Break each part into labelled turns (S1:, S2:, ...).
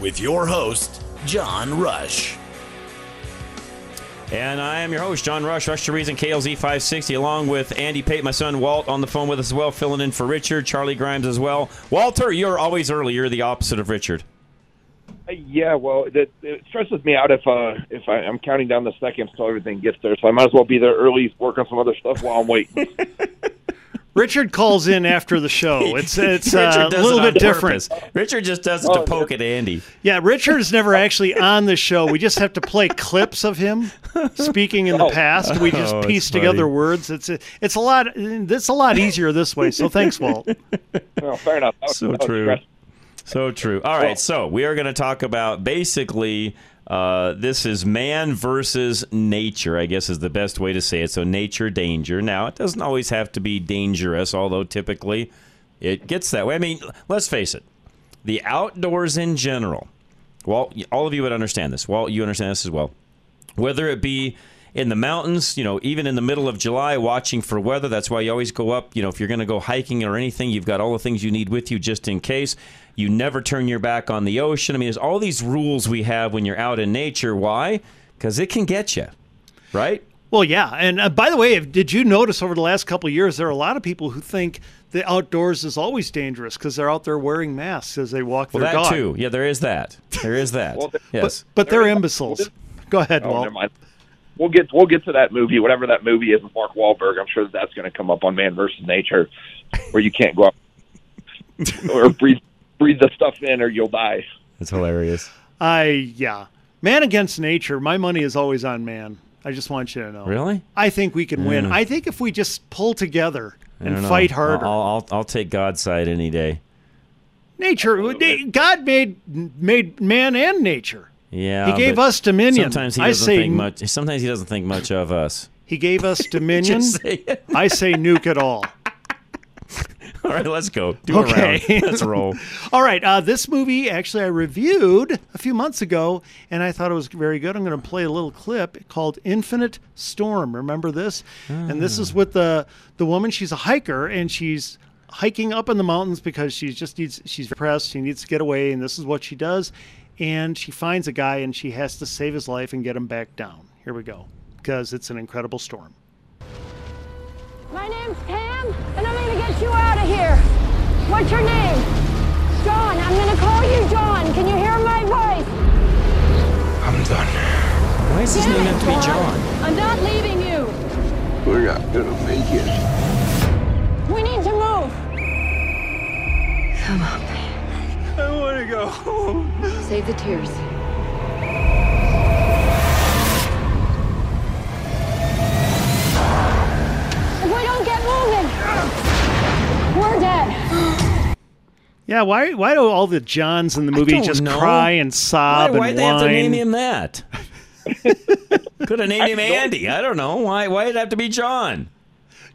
S1: with your host, John Rush.
S2: And I am your host, John Rush, Rush to Reason, KLZ 560, along with Andy Pate, my son Walt, on the phone with us as well, filling in for Richard, Charlie Grimes as well. Walter, you're always early. You're the opposite of Richard.
S3: Uh, Yeah, well, it, it stresses me out if uh if I, I'm counting down the seconds till everything gets there. So I might as well be there early, work on some other stuff while I'm waiting.
S4: Richard calls in after the show. It's it's
S2: Richard
S4: uh,
S2: does
S4: a
S2: it
S4: little
S2: on
S4: bit different.
S2: purpose. Richard just does it to poke at Andy.
S4: Yeah, Richard's never actually on the show. We just have to play clips of him speaking in the past. We just
S2: Oh, it's
S4: piece
S2: funny.
S4: together words. It's a, it's a lot. It's a lot easier this way. So thanks, Walt.
S3: no, fair enough. That was-
S2: So
S3: that was
S2: true.
S3: stressful.
S2: So true. All right, so we are going to talk about basically uh, this is man versus nature, I guess is the best way to say it. So nature danger. Now, it doesn't always have to be dangerous, although typically it gets that way. I mean, let's face it. The outdoors in general. Walt, all of you would understand this. Walt, you understand this as well. Whether it be in the mountains, you know, even in the middle of July, watching for weather. That's why you always go up. You know, if you're going to go hiking or anything, you've got all the things you need with you just in case. You never turn your back on the ocean. I mean, there's all these rules we have when you're out in nature. Why? Because it can get you, right?
S4: Well, yeah, and uh, by the way, if, did you notice over the last couple of years there are a lot of people who think the outdoors is always dangerous because they're out there wearing masks as they walk
S2: Well,
S4: their
S2: that
S4: dog.
S2: too. Yeah, there is that. There is that.
S3: Well, but-
S2: yes.
S4: But they're imbeciles. Go ahead,
S3: Oh,
S4: Walt.
S3: never mind. We'll get we'll get to that movie, whatever that movie is with Mark Wahlberg. I'm sure that that's going to come up on Man versus Nature, where you can't go out or breathe breathe the stuff in, or you'll die.
S2: That's hilarious.
S4: I yeah, man against nature. My money is always on man. I just want you to know.
S2: Really?
S4: I think we can win. I think if we just pull together
S2: I don't
S4: and
S2: know.
S4: fight harder,
S2: I'll, I'll, I'll take God's side any day.
S4: nature. God made made man and nature.
S2: Yeah.
S4: He gave
S2: but
S4: us dominion.
S2: Sometimes he
S4: I
S2: doesn't
S4: say
S2: think
S4: n-
S2: much. Sometimes he doesn't think much of us.
S4: He gave us dominion.
S2: Just say it.
S4: I say nuke it all.
S2: All right, let's go. Do
S4: Okay.
S2: a round. Let's roll.
S4: All right, uh, this movie actually I reviewed a few months ago, and I thought it was very good. I'm going to play a little clip called "Infinite Storm." Remember this? And this
S2: Ah.
S4: is with the the woman. She's a hiker, and she's hiking up in the mountains because she just needs she's depressed. She needs to get away, and this is what she does. And she finds a guy, and she has to save his life and get him back down. Here we go, because it's an incredible storm.
S5: My name's Pam, and I'm gonna get you out of here. What's your name? John. I'm gonna call you John. Can you hear my voice?
S6: I'm done.
S2: Why is his
S5: Damn
S2: name
S5: it,
S2: have to be John?
S5: I'm not leaving you.
S6: We're not gonna make it.
S5: We need to move.
S2: I want to go home.
S5: Save the tears. If we don't get moving, we're dead.
S4: Yeah, why why do all the Johns in the movie
S2: don't
S4: just
S2: know.
S4: cry and sob
S2: why
S4: and
S2: they have to
S4: whine?
S2: name him that? Could have named him Andy. I don't know. Why Why did it have to be John?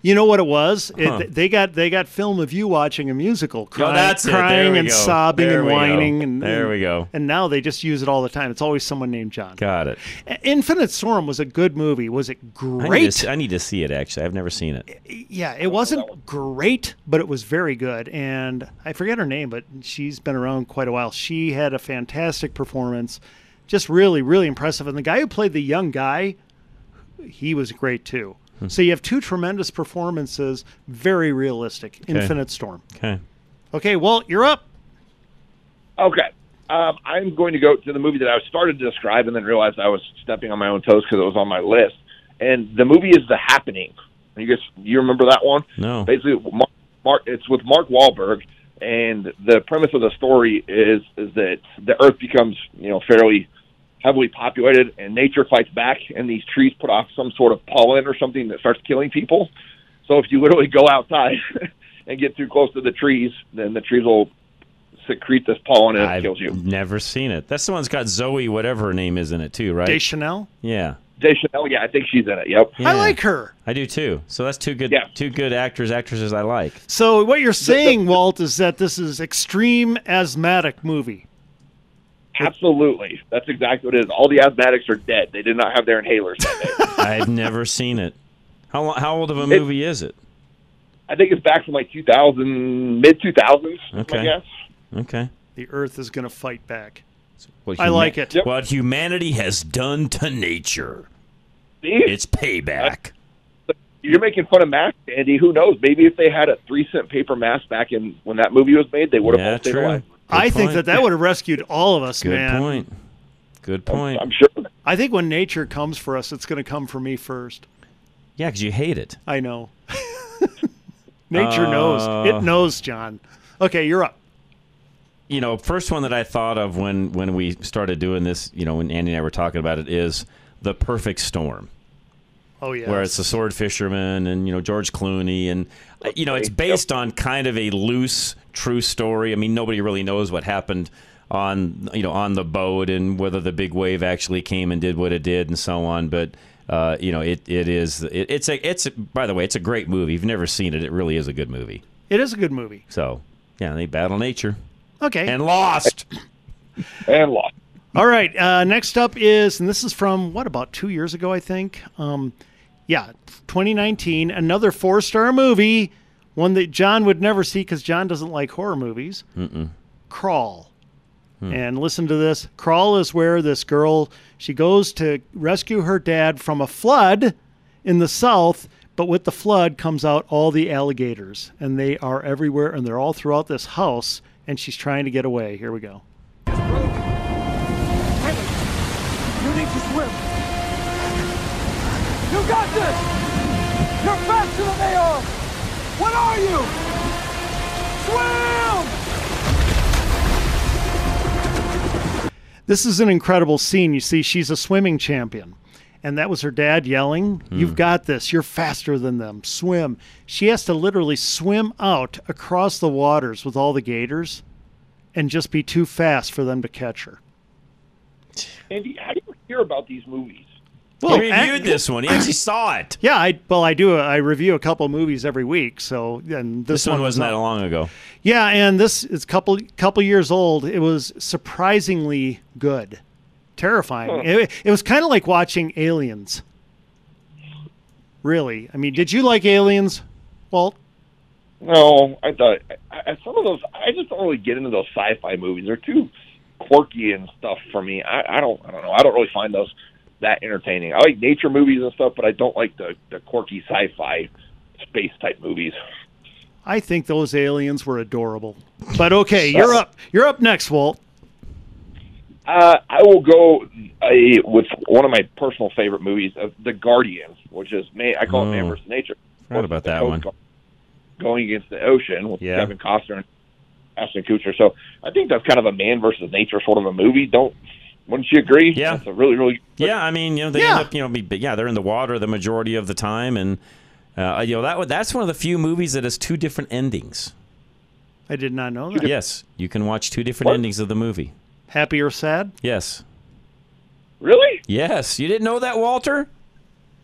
S4: You know what it was? It-
S2: Huh.
S4: they got they got film of you watching a musical,
S2: Oh,
S4: crying,
S2: that's it. There
S4: crying
S2: we
S4: and
S2: go.
S4: sobbing
S2: There
S4: and
S2: we go.
S4: whining, and
S2: There we go.
S4: And now they just use it all the time. It's always someone named John.
S2: Got it.
S4: Infinite Storm was a good movie. Was it
S2: I need to
S4: great?
S2: see- I need to see it, actually. I've never seen it.
S4: yeah, it wasn't great, but it was very good. And I forget her name, but she's been around quite a while. She had a fantastic performance, just really, really impressive. And the guy who played the young guy, he was great too.
S2: Hmm.
S4: So you have two tremendous performances, very realistic. Infinite Storm.
S2: Okay.
S4: Okay, Walt, you're up.
S3: Okay. Uh, Um, I'm going to go to the movie that I started to describe and then realized I was stepping on my own toes because it was on my list. And the movie is The Happening. You guys, you remember that one?
S2: No.
S3: Basically, Mark, Mark, it's with Mark Wahlberg, and the premise of the story is is that the Earth becomes you know fairly heavily populated, and nature fights back, and these trees put off some sort of pollen or something that starts killing people. So if you literally go outside and get too close to the trees, then the trees will secrete this pollen and it kills you.
S2: Never seen it. That's the one's that got Zoe, whatever her name is, in it too, right?
S4: Chanel.
S2: yeah.
S3: Deschanel, yeah, I think she's in it. Yep.
S2: Yeah.
S4: her.
S2: I do too. So that's two good, two good actors, actresses I like.
S4: So what you're saying, Walt, is that this is extreme asthmatic movie.
S3: Absolutely. That's exactly what it is. All the asthmatics are dead. They did not have their inhalers that day.
S2: I've never seen it. How lo- how old of a movie is it?
S3: I think it's back from like 2000, mid 2000s, I
S2: Okay.
S3: guess.
S2: Okay.
S4: The Earth is going to fight back.
S2: What
S4: I
S2: huma-
S4: like it.
S1: What humanity has done to nature.
S3: It's
S1: payback.
S3: You're making fun of masks, Andy. Who knows? Maybe if they had a three cent paper mask back in when that movie was made, they would have all stayed alive.
S4: I think that that would have rescued all of us,
S2: Good
S4: man.
S2: point. Good point.
S3: I'm sure.
S4: I think when nature comes for us, it's going to come for me first.
S2: Yeah, because you hate it.
S4: I know. nature knows.
S2: Uh,
S4: It knows, John. Okay, you're up.
S2: you know, first one that I thought of when when we started doing this, you know, when Andy and I were talking about it, is the perfect storm,
S4: Oh yeah.
S2: where it's the sword fisherman and you know George Clooney, and uh, you know it's based on kind of a loose true story. I mean, nobody really knows what happened on you know on the boat and whether the big wave actually came and did what it did and so on, but. Uh, you know, it it is it, it's a it's a, by the way, it's a great movie. If you've never seen it, it really is a good movie.
S4: It is a good movie.
S2: So, yeah, they battle nature
S4: Okay.
S2: and lost.
S3: and lost.
S4: All right. Uh, next up is, and this is from what about two years ago, I think. Um, yeah, 2019. Another four-star movie, one that John would never see because John doesn't like horror movies.
S2: Mm-mm.
S4: Crawl. And listen to this. Crawl is where this girl she goes to rescue her dad from a flood in the south, but with the flood comes out all the alligators and they are everywhere and they're all throughout this house and she's trying to get away. Here we go.
S7: You need to swim. You got this! You're faster than they are! What are you? Swim!
S4: This is an incredible scene. You see, she's a swimming champion. And that was her dad yelling,
S2: Hmm.
S4: You've got this. You're faster than them. Swim. She has to literally swim out across the waters with all the gators and just be too fast for them to catch her.
S3: Andy, how do you hear about these movies?
S4: Well,
S2: he
S4: ac-
S2: reviewed this one. He actually saw it.
S4: Yeah, I well, I do. uh, I review a couple movies every week, so and this,
S2: This, one,
S4: was
S2: wasn't
S4: up.
S2: that long ago.
S4: Yeah, and this is couple couple years old. It was surprisingly good, terrifying.
S2: Huh.
S4: It, it was kind of like watching Aliens. Really, I mean, did you like Aliens, Walt?
S3: No, I thought I, I, some of those. I just don't really get into those sci-fi movies. They're too quirky and stuff for me. I, I don't. I don't know. I don't really find those that entertaining. I like nature movies and stuff, but I don't like the the quirky sci-fi space type movies.
S4: I think those aliens were adorable. But okay, you're up. You're up next, Walt.
S3: Uh, I will go uh, with one of my personal favorite movies, uh, The Guardians, which is man, I call
S2: Oh.
S3: it Man vs. Nature.
S2: Forgot about
S3: The
S2: that
S3: Coast
S2: one.
S3: Guard Going against the ocean with
S2: Yeah.
S3: Kevin Costner and Ashton Kutcher. So I think that's kind of a man versus nature sort of a movie. Don't wouldn't you agree? Yeah, it's a really really
S2: Yeah, I mean, you know, they end up, you know, be- but yeah, they're in the water the majority of the time, and uh, you know that would- that's one of the few movies that has two different endings.
S4: I did not know that.
S2: Yes, you can watch two different endings of the movie.
S4: Happy or sad?
S2: Yes,
S3: really.
S2: yes, you didn't know that, Walter.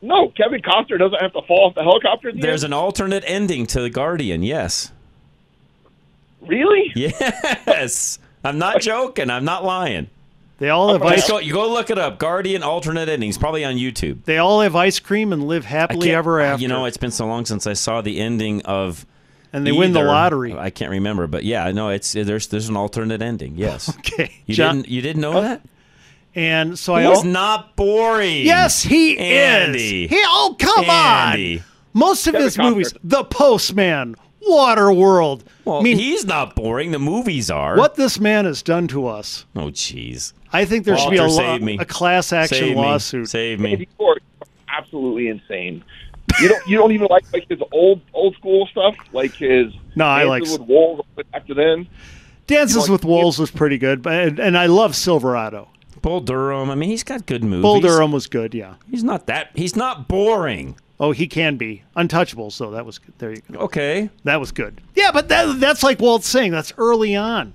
S3: No, Kevin Costner doesn't have to fall off the helicopter. at the
S2: There's
S3: end?
S2: an alternate ending to The Guardian. Yes,
S3: really.
S2: yes, I'm not joking. I'm not lying.
S4: They all have ice.
S2: Just go, you go look it up. Guardian alternate endings, probably on YouTube.
S4: They all have ice cream and live
S2: I
S4: happily
S2: can't-
S4: ever after.
S2: You know, it's been so long since I saw the ending of.
S4: And they win the lottery.
S2: I can't remember, but yeah, no, it's there's there's an alternate ending. Yes.
S4: okay.
S2: You
S4: John- Oh.
S2: didn't you didn't know that?
S4: And so I
S2: He's
S4: al-
S2: not boring.
S4: Yes, he
S2: Andy.
S4: is. He oh come
S2: Andy.
S4: on. Most of
S2: Kevin
S4: his movies, The Postman, Water World.
S2: Well, I mean, he's not boring. The movies are.
S4: What this man has done to us.
S2: Oh, jeez.
S4: I think there should be a, law, a class action
S2: Save me.
S4: lawsuit.
S2: Save me.
S3: absolutely insane. You don't you don't even like like his old old school stuff, like his
S4: No, I
S3: Dances
S4: like-
S3: with Wolves after then.
S4: Dances with Wolves was pretty good, but and, and I love Silverado.
S2: Bull Durham. I mean, he's got good movies.
S4: Bull Durham was good. Yeah,
S2: he's not that. He's not boring.
S4: Oh, he can be. Untouchables, though. That was good. There you go.
S2: Okay,
S4: that was good. Yeah, but that, that's like Walt saying that's early on.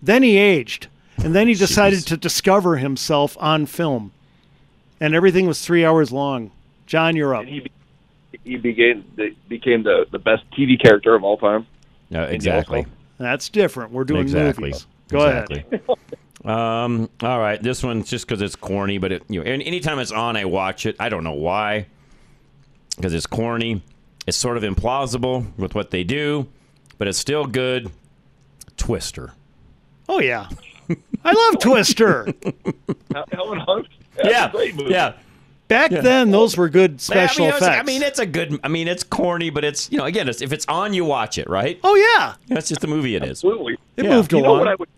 S4: Then he aged, and then he decided to discover himself on film, and everything was three hours long. John, you're up.
S3: He became the, became the the best TV character of all time.
S2: Yeah, exactly.
S4: That's different. We're doing
S2: Exactly.
S4: movies. Go ahead.
S2: Exactly. Um, all right, this one's just because it's corny, but it, you know, any- anytime it's on, I watch it. I don't know why, because it's corny. It's sort of implausible with what they do, but it's still good. Twister.
S4: Oh yeah, I love Twister.
S3: Helen Hunt.
S2: Yeah, yeah.
S4: Back
S2: Yeah.
S4: then, those were good special
S2: I mean, it's-
S4: effects.
S2: I mean, it's a good. I mean, it's corny, but it's you know, again, it's, if it's on, you watch it, right?
S4: Oh yeah,
S2: that's just the movie. It is.
S3: Absolutely.
S4: It moved
S3: you Know
S4: along.
S3: what I would,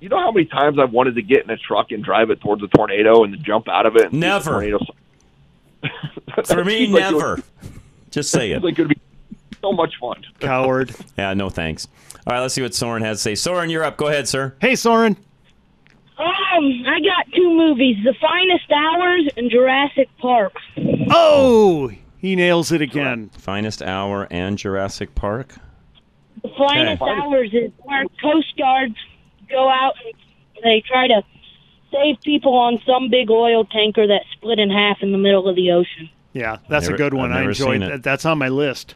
S3: you know how many times I've wanted to get in a truck and drive it towards a tornado and then jump out of it? And see the
S2: Never.
S3: tornado.
S2: For me,
S3: Seems like it would-
S2: never. Just say it.
S3: seems like it would be so much fun.
S4: Coward.
S2: Yeah, no thanks. All right, let's see what Soren has to say. Soren, you're up. Go ahead, sir.
S4: Hey, Soren.
S8: Um, I got two movies: The Finest Hours and Jurassic Park.
S4: Oh, he nails it again.
S2: Finest Hour and Jurassic Park.
S8: The Finest
S2: Okay.
S8: Hours is where Coast Guards go out and they try to save people on some big oil tanker that split in half in the middle of the ocean.
S4: Yeah, that's
S2: Never-
S4: a good one.
S2: I've
S4: I
S2: never
S4: enjoyed
S2: seen it.
S4: that. That's on my list.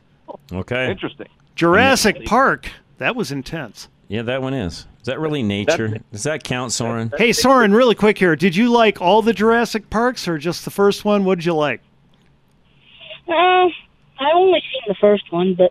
S2: Okay.
S3: Interesting.
S4: Jurassic Park. That was intense.
S2: Yeah, that one is. Is that really nature? Does that count, Soren?
S4: Hey, Soren, really quick here. Did you like all the Jurassic Parks or just the first one? What did you like?
S8: Uh, I only seen the first one, but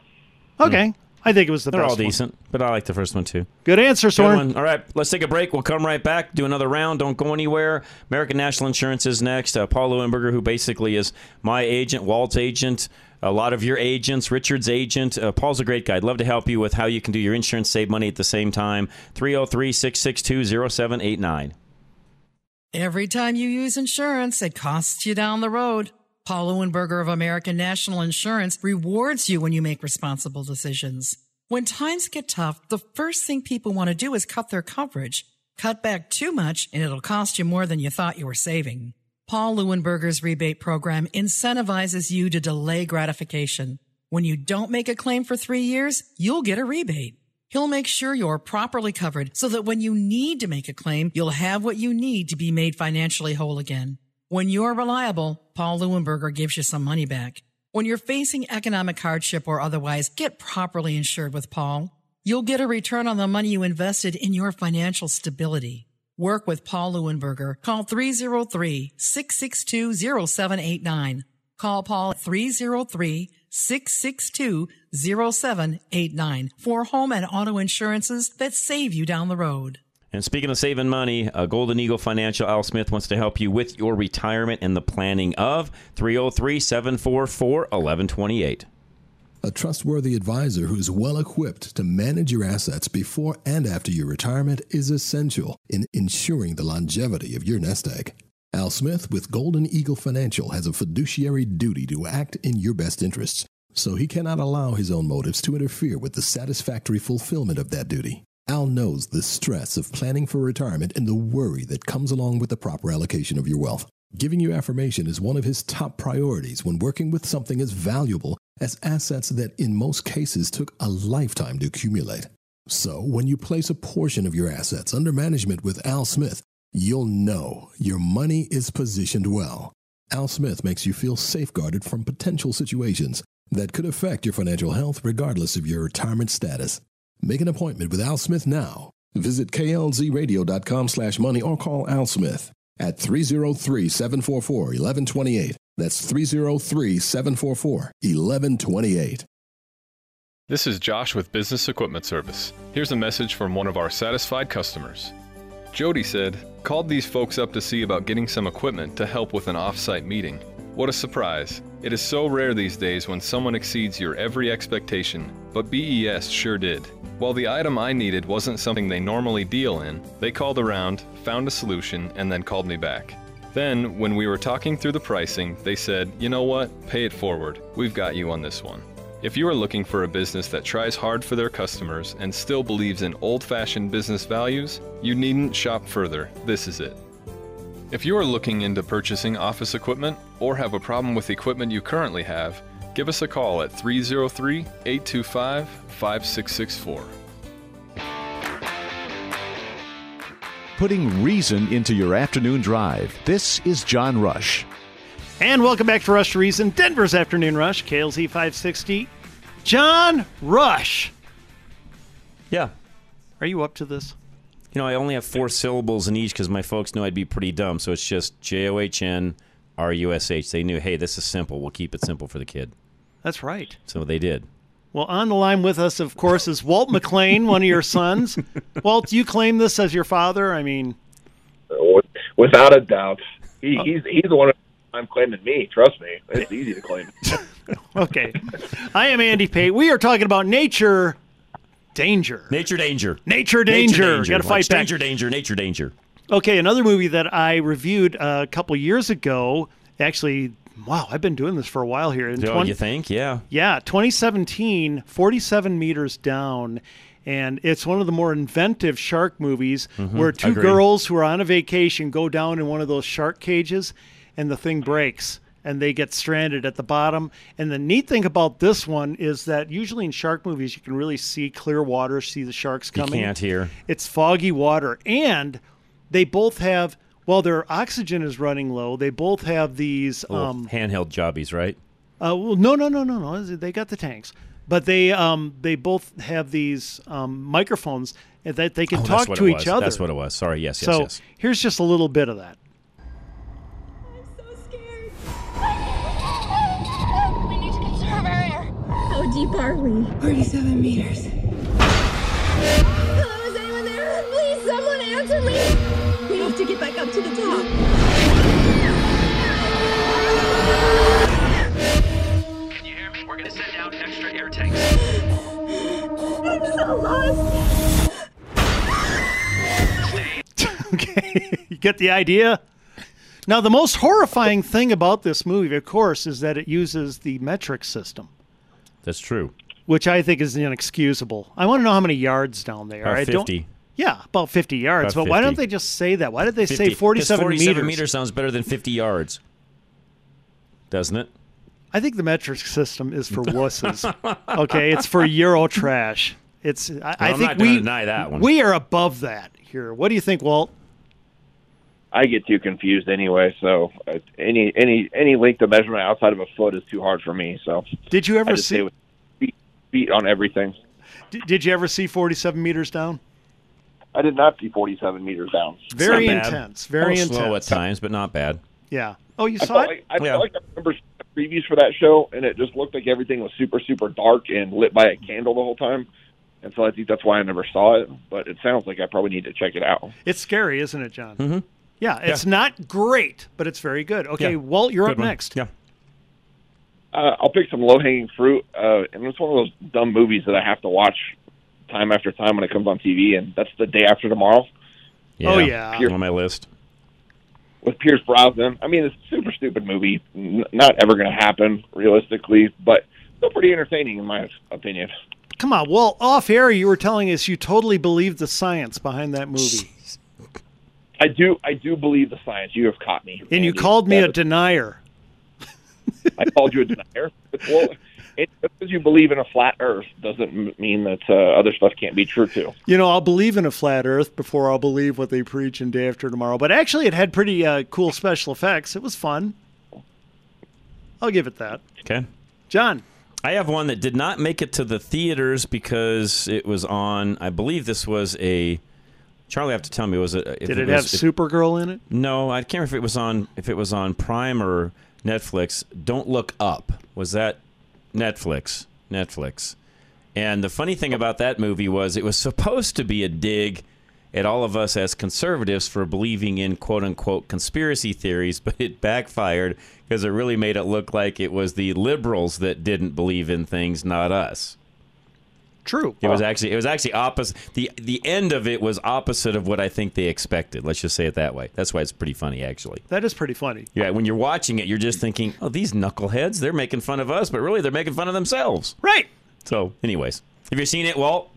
S4: Hmm. Okay. I think it was the
S2: They're
S4: best
S2: all
S4: one.
S2: decent, but I like the first one too.
S4: Good answer,
S2: Good
S4: Soren.
S2: one. All right, let's take a break. We'll come right back, do another round. Don't go anywhere. American National Insurance is next. Uh, Paul Lewinberger, who basically is my agent, Walt's agent, a lot of your agents, Richard's agent. Uh, Paul's a great guy. I'd love to help you with how you can do your insurance, save money at the same time. 303 662 0789.
S9: Every time you use insurance, it costs you down the road. Paul Lewinberger of American National Insurance rewards you when you make responsible decisions. When times get tough, the first thing people want to do is cut their coverage. Cut back too much, and it'll cost you more than you thought you were saving. Paul Lewinberger's rebate program incentivizes you to delay gratification. When you don't make a claim for three years, you'll get a rebate. He'll make sure you're properly covered so that when you need to make a claim, you'll have what you need to be made financially whole again. When you're reliable, Paul Leuenberger gives you some money back. When you're facing economic hardship or otherwise, get properly insured with Paul. You'll get a return on the money you invested in your financial stability. Work with Paul Leuenberger. Call 303-662-0789. Call Paul at 303-662-0789 for home and auto insurances that save you down the road.
S2: And speaking of saving money, uh, Golden Eagle Financial, Al Smith wants to help you with your retirement and the planning of 303 744 1128.
S10: A trustworthy advisor who's well equipped to manage your assets before and after your retirement is essential in ensuring the longevity of your nest egg. Al Smith with Golden Eagle Financial has a fiduciary duty to act in your best interests, so he cannot allow his own motives to interfere with the satisfactory fulfillment of that duty. Al knows the stress of planning for retirement and the worry that comes along with the proper allocation of your wealth. Giving you affirmation is one of his top priorities when working with something as valuable as assets that, in most cases, took a lifetime to accumulate. So, when you place a portion of your assets under management with Al Smith, you'll know your money is positioned well. Al Smith makes you feel safeguarded from potential situations that could affect your financial health regardless of your retirement status. Make an appointment with Al Smith now. Visit klzradio.com slash money or call Al Smith at 303-744-1128. That's 303-744-1128.
S11: This is Josh with Business Equipment Service. Here's a message from one of our satisfied customers. Jody said, called these folks up to see about getting some equipment to help with an off-site meeting. What a surprise. It is so rare these days when someone exceeds your every expectation, but BES sure did. While the item I needed wasn't something they normally deal in, they called around, found a solution, and then called me back. Then, when we were talking through the pricing, they said, you know what, pay it forward. We've got you on this one. If you are looking for a business that tries hard for their customers and still believes in old fashioned business values, you needn't shop further. This is it. If you are looking into purchasing office equipment or have a problem with equipment you currently have, give us a call at 303 825 5664.
S12: Putting reason into your afternoon drive. This is John Rush.
S4: And welcome back to Rush to Reason, Denver's Afternoon Rush, KLZ 560. John Rush.
S2: Yeah.
S4: Are you up to this?
S2: You know, I only have four syllables in each because my folks knew I'd be pretty dumb. So it's just J O H N R U S H. They knew, hey, this is simple. We'll keep it simple for the kid.
S4: That's right.
S2: So they did.
S4: Well, on the line with us, of course, is Walt McLean, one of your sons. Walt, you claim this as your father? I mean,
S3: "Oh, without a doubt.
S2: Oh.
S3: He, he's, he's the one I'm claiming me. Trust me, it's easy to claim.
S4: okay, I am Andy Pate. We are talking about nature danger.
S2: Nature danger.
S4: Nature danger. danger. danger. Got to fight Watch back.
S2: Danger danger. Nature danger.
S4: Okay, another movie that I reviewed a couple years ago. Actually, wow, I've been doing this for a while here.
S2: In oh, 20, you think? Yeah.
S4: Yeah, 2017, 47 meters down and it's one of the more inventive shark movies mm-hmm. where two Agreed. girls who are on a vacation go down in one of those shark cages and the thing breaks and they get stranded at the bottom and the neat thing about this one is that usually in shark movies you can really see clear water see the sharks coming
S2: you can't hear
S4: it's foggy water and they both have while their oxygen is running low they both have these um,
S2: handheld jobbies right
S4: uh, well no no no no no they got the tanks but they um, they both have these um, microphones that they can oh, talk to each
S2: was.
S4: other.
S2: That's what it was. Sorry. Yes.
S4: So
S2: yes. yes.
S4: here's just a little bit of that.
S13: I'm so scared. we need to conserve air. How deep are we?
S14: Forty-seven meters.
S13: Hello, is anyone there? Please, someone answer me.
S14: We have to get back up to the top.
S15: We're gonna send out extra air tanks.
S13: I'm so lost.
S4: okay, you get the idea. Now, the most horrifying thing about this movie, of course, is that it uses the metric system.
S2: That's true.
S4: Which I think is inexcusable. I want to know how many yards down there.
S2: About
S4: I
S2: 50.
S4: Don't, yeah, about 50 yards. About but 50. why don't they just say that? Why did they 50. say 47,
S2: 47
S4: meters?
S2: meters sounds better than 50 yards, doesn't it?
S4: I think the metric system is for wusses. okay, it's for Euro trash. It's. I, no, I think we
S2: deny that one.
S4: We are above that here. What do you think, Walt?
S3: I get too confused anyway. So uh, any any any length of measurement outside of a foot is too hard for me. So
S4: did you ever see
S3: feet, feet, on everything?
S4: D- did you ever see forty-seven meters down?
S3: I did not see forty-seven meters down.
S4: It's very intense. Very
S2: slow
S4: intense.
S2: Slow at times, but not bad.
S4: Yeah. Oh, you
S3: I
S4: saw
S3: it? Like, I yeah. like I remember previews for that show, and it just looked like everything was super, super dark and lit by a candle the whole time. And so I think that's why I never saw it. But it sounds like I probably need to check it out.
S4: It's scary, isn't it, John?
S2: Mm-hmm.
S4: Yeah, it's yeah. not great, but it's very good. Okay, yeah. Walt, you're good up one. next.
S2: Yeah.
S3: Uh, I'll pick some low hanging fruit, uh, and it's one of those dumb movies that I have to watch time after time when it comes on TV, and that's the day after tomorrow.
S4: Oh yeah,
S2: Pure. on my list
S3: with Pierce Brosnan. I mean, it's a super stupid movie, N- not ever going to happen realistically, but still pretty entertaining in my opinion.
S4: Come on, well, off air you were telling us you totally believe the science behind that movie.
S3: I do, I do believe the science. You have caught me,
S4: and Andy. you called me that a is, denier.
S3: I called you a denier. Well, it, because you believe in a flat Earth doesn't mean that uh, other stuff can't be true too.
S4: You know, I'll believe in a flat Earth before I'll believe what they preach in Day After Tomorrow. But actually, it had pretty uh, cool special effects. It was fun. I'll give it that.
S2: Okay,
S4: John.
S2: I have one that did not make it to the theaters because it was on. I believe this was a. Charlie, have to tell me was it?
S4: Did it,
S2: it
S4: have
S2: was,
S4: Supergirl in it?
S2: No, I can't remember if it was on if it was on Prime or Netflix. Don't look up. Was that Netflix, Netflix. And the funny thing about that movie was it was supposed to be a dig at all of us as conservatives for believing in quote unquote conspiracy theories, but it backfired because it really made it look like it was the liberals that didn't believe in things, not us.
S4: True.
S2: It was actually it was actually opposite the the end of it was opposite of what I think they expected. Let's just say it that way. That's why it's pretty funny actually.
S4: That is pretty funny.
S2: Yeah, when you're watching it, you're just thinking, "Oh, these knuckleheads, they're making fun of us," but really they're making fun of themselves.
S4: Right.
S2: So, anyways, have you seen it, Walt?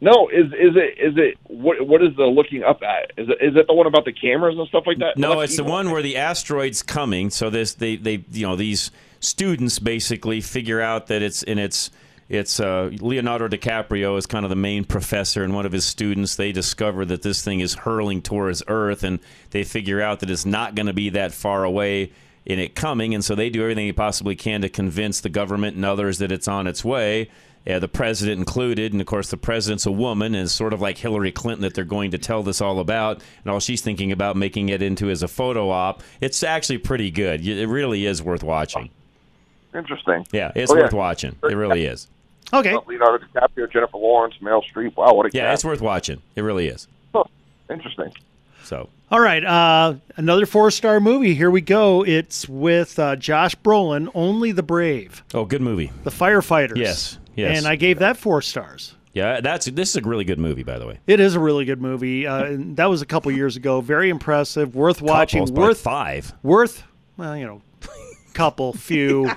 S3: No, is is it is it what what is the looking up at? Is it is it the one about the cameras and stuff like that?
S2: No, it's the one where the asteroid's coming. So this they they you know these students basically figure out that it's and it's it's uh, Leonardo DiCaprio is kind of the main professor and one of his students. They discover that this thing is hurling towards Earth and they figure out that it's not going to be that far away in it coming. And so they do everything they possibly can to convince the government and others that it's on its way. Uh, the president included, and of course, the president's a woman, and it's sort of like Hillary Clinton that they're going to tell this all about, and all she's thinking about making it into is a photo op. It's actually pretty good. It really is worth watching.
S3: Interesting.
S2: Yeah, it's oh, yeah. worth watching. It really is.
S4: Okay.
S3: Leonardo DiCaprio, Jennifer Lawrence, Meryl Streep. Wow, what a
S2: yeah!
S3: Cast.
S2: It's worth watching. It really is.
S3: Huh. Interesting.
S2: So.
S4: All right, uh, another four-star movie. Here we go. It's with uh, Josh Brolin. Only the Brave.
S2: Oh, good movie.
S4: The firefighters.
S2: Yes. Yes.
S4: And I gave that four stars.
S2: Yeah, that's this is a really good movie, by the way.
S4: It is a really good movie. Uh, and that was a couple years ago. Very impressive. Worth watching.
S2: Couples
S4: worth
S2: five.
S4: Worth, well, you know, couple few.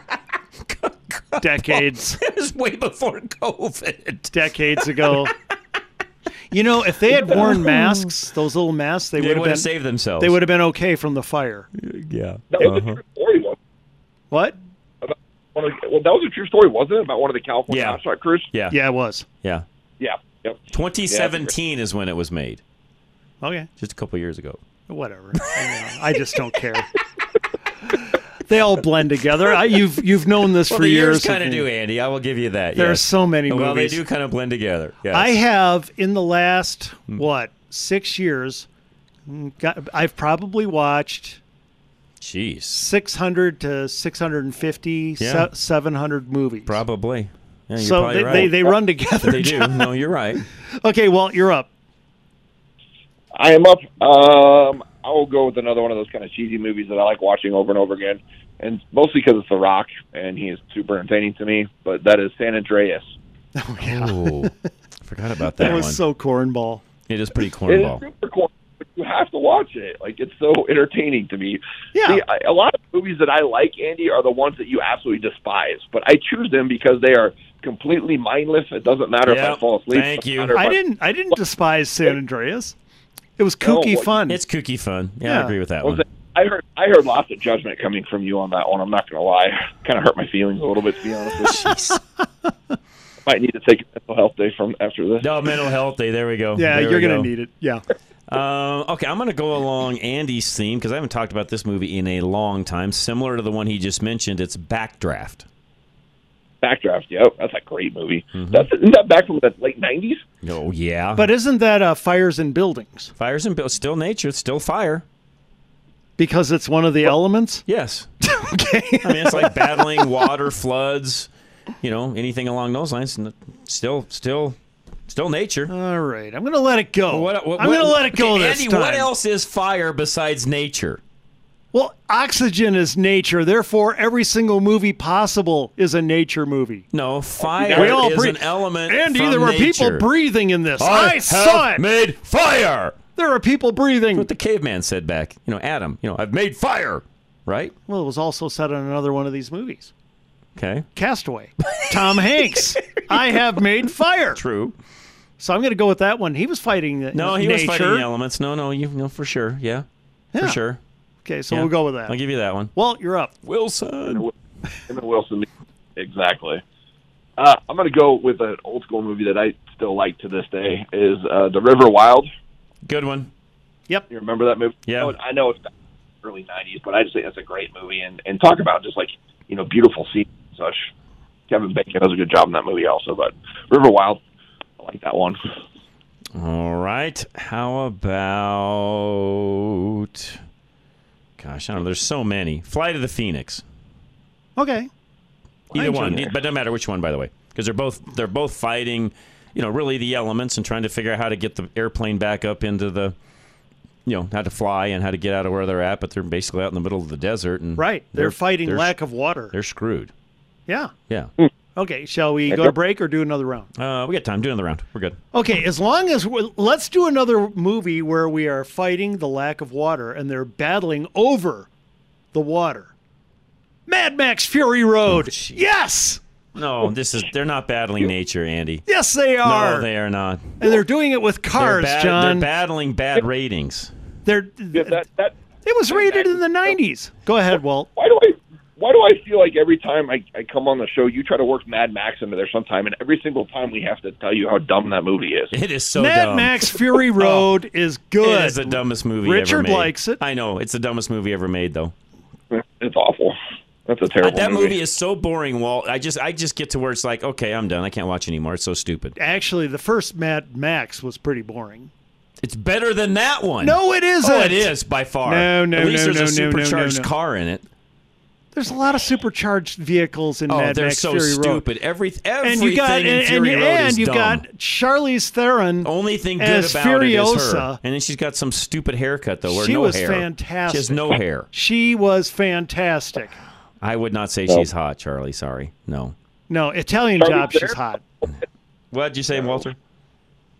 S4: decades.
S2: It was way before COVID.
S4: Decades ago. you know, if they had worn masks, those little masks, they,
S2: they
S4: would have been
S2: saved themselves.
S4: They would have been okay from the fire.
S2: Yeah.
S3: That was uh-huh. a true story. One.
S4: What?
S3: About one of the, well, that was a true story, wasn't it? About one of the California
S2: yeah.
S3: astronaut crews.
S2: Yeah.
S4: Yeah, it was.
S2: Yeah.
S3: Yeah. Yep.
S2: 2017 yeah, is when it was made.
S4: Okay.
S2: Just a couple years ago.
S4: Whatever. I just don't care. they all blend together. I, you've you've known this
S2: well,
S4: for
S2: the years.
S4: years
S2: kind of do, Andy. I will give you that.
S4: There
S2: yes.
S4: are so many movies.
S2: Well, they do kind of blend together. Yes. Hmm.
S4: I have in the last what six years, got, I've probably watched.
S2: Jeez.
S4: 600 to 650,
S2: yeah.
S4: 700 movies.
S2: Probably. Yeah,
S4: so
S2: they,
S4: right. they, they, run together.
S2: They do. No, you're right.
S4: okay, well, you're up.
S3: I am up. Um, I will go with another one of those kind of cheesy movies that I like watching over and over again, and mostly because it's The Rock, and he is super entertaining to me. But that is San Andreas.
S4: Oh, yeah. Ooh,
S2: forgot about that.
S4: That was
S2: one.
S4: so cornball.
S2: It is pretty cornball.
S3: It is super cornball. You have to watch it. Like it's so entertaining to me.
S4: Yeah.
S3: See, I, a lot of movies that I like, Andy, are the ones that you absolutely despise. But I choose them because they are completely mindless. It doesn't matter
S2: yep.
S3: if I fall asleep.
S2: Thank you.
S4: I didn't. I didn't despise San Andreas. It was kooky
S3: No,
S4: fun.
S2: It's kooky fun. Yeah, yeah. I agree with that
S3: Well,
S2: one.
S3: I heard I heard lots of judgment coming from you on that one. I'm not going to lie. Kind of hurt my feelings a little bit, to be honest with you. Might need to take a mental health day from after this.
S2: No, mental health day. There we go.
S4: yeah,
S2: Oh, There
S4: you're
S2: we
S4: gonna
S2: go.
S4: need it. Yeah.
S2: Um, okay, I'm going to go along Andy's theme because I haven't talked about this movie in a long time. Similar to the one he just mentioned, it's Backdraft.
S3: Backdraft, yep, that's a great movie. That's isn't that back from the late '90s?
S2: Mm-hmm. Oh yeah,
S4: But isn't that uh, fires and buildings
S2: fires and build still nature, still fire.
S4: because it's one of the elements?
S2: Yes. okay. I mean, it's like battling water, floods, you know, anything along those lines. N- Still, still, still nature.
S4: All right, I'm gonna let it go.
S2: What- what-
S4: I'm
S2: what-
S4: gonna let it go
S2: Okay,
S4: this
S2: Andy,
S4: time.
S2: what else is fire besides nature?
S4: Well, oxygen is nature. Therefore, every single movie possible is a nature movie.
S2: No, fire
S4: We all
S2: is
S4: breathe-
S2: an element.
S4: Andy,
S2: from
S4: there were people
S2: nature.
S4: breathing in this.
S2: I,
S4: I,
S2: have
S4: saw it.
S2: Made fire.
S4: there were people breathing.
S2: What the caveman said back. You know, Adam. You know, I've made fire. Right.
S4: Well, it was also said on another one of these movies.
S2: Okay.
S4: Castaway. Tom Hanks. I have made fire.
S2: True.
S4: So I'm going to go with that one. He was fighting the
S2: No, he
S4: nature.
S2: was fighting the elements. No, no, you know for sure. Yeah, for
S4: Yeah.
S2: sure.
S4: Okay, so
S2: Yeah.
S4: we'll go with that.
S2: I'll give you that one.
S4: Walt, you're up.
S2: Wilson.
S3: Him and Wilson, exactly. Uh, I'm going to go with an old school movie that I still like to this day is uh, The River Wild.
S2: Good one.
S4: Yep.
S3: You remember that movie?
S2: Yeah.
S3: I know, I know it's back in the early '90s, but I just think that's a great movie. And and talk about just like you know beautiful scenes and such. Kevin Bacon does a good job in that movie also, but River Wild, I like that one.
S2: All right. How about? Gosh, I don't know. There's so many. Fly to the Phoenix.
S4: Okay.
S2: Either
S4: Mine's
S2: one,
S4: in there.
S2: but no matter which one, by the way, because they're both they're both fighting you know, really the elements and trying to figure out how to get the airplane back up into the, you know, how to fly and how to get out of where they're at. But they're basically out in the middle of the desert and
S4: right. They're, fighting
S2: they're-
S4: lack of Hmm. water.
S2: They're screwed.
S4: Yeah.
S2: Yeah.
S4: Okay. Shall we go to break or do another round?
S2: Uh, we got time. Do another round. We're good.
S4: Okay, as long as we let's do another movie where we are fighting the lack of water and they're battling over the water. Mad Max Fury
S2: Oh,
S4: Road. yes.
S2: No, this is they're not battling nature, Andy.
S4: Oh. Yes, they are.
S2: No, they are not.
S4: And they're doing it with cars,
S2: they're, bat-
S4: John.
S2: they're battling bad ratings.
S4: They're it was rated in the 90s. Go ahead, Walt.
S3: Why do I? Why do I feel like every time I, I come on the show, you try to work Mad Max into there sometime, and every single time we have to tell you how dumb that movie is.
S2: It is so
S4: Mad
S2: dumb. Oh.
S4: Max Fury Road is good.
S2: It is the dumbest movie ever
S4: Richard
S2: made.
S4: likes it.
S2: I know. It's the dumbest movie ever made, though. Uh,
S3: It's awful. That's a terrible
S2: that
S3: movie.
S2: is so boring, Walt. I just I just get to where it's like, okay, I'm done. I can't watch anymore. It's so stupid.
S4: Actually, the first Mad Max was pretty boring.
S2: It's better than that one.
S4: No, it isn't.
S2: Oh, it is by far.
S4: No, no,
S2: At least
S4: no,
S2: there's
S4: no,
S2: a
S4: no, no,
S2: supercharged
S4: no, no.
S2: car in it.
S4: There's a lot of supercharged vehicles in
S2: oh,
S4: Mad
S2: they're
S4: Max
S2: so
S4: Fury Road.
S2: stupid. Every everything
S4: and you got
S2: in
S4: and,
S2: Fury
S4: and,
S2: Road
S4: and
S2: is
S4: you've
S2: dumb.
S4: got Charlize Theron.
S2: Only thing good
S4: as
S2: about
S4: Furiosa.
S2: it is her. And then she's got some stupid haircut though, or
S4: she
S2: no
S4: was
S2: hair.
S4: fantastic.
S2: She has no hair.
S4: She was fantastic.
S2: I would not say she's hot, Charlie. Sorry, no.
S4: No, Italian
S3: Charlize
S4: job. She's
S3: Theron?
S4: hot.
S2: What'd you say, Walter?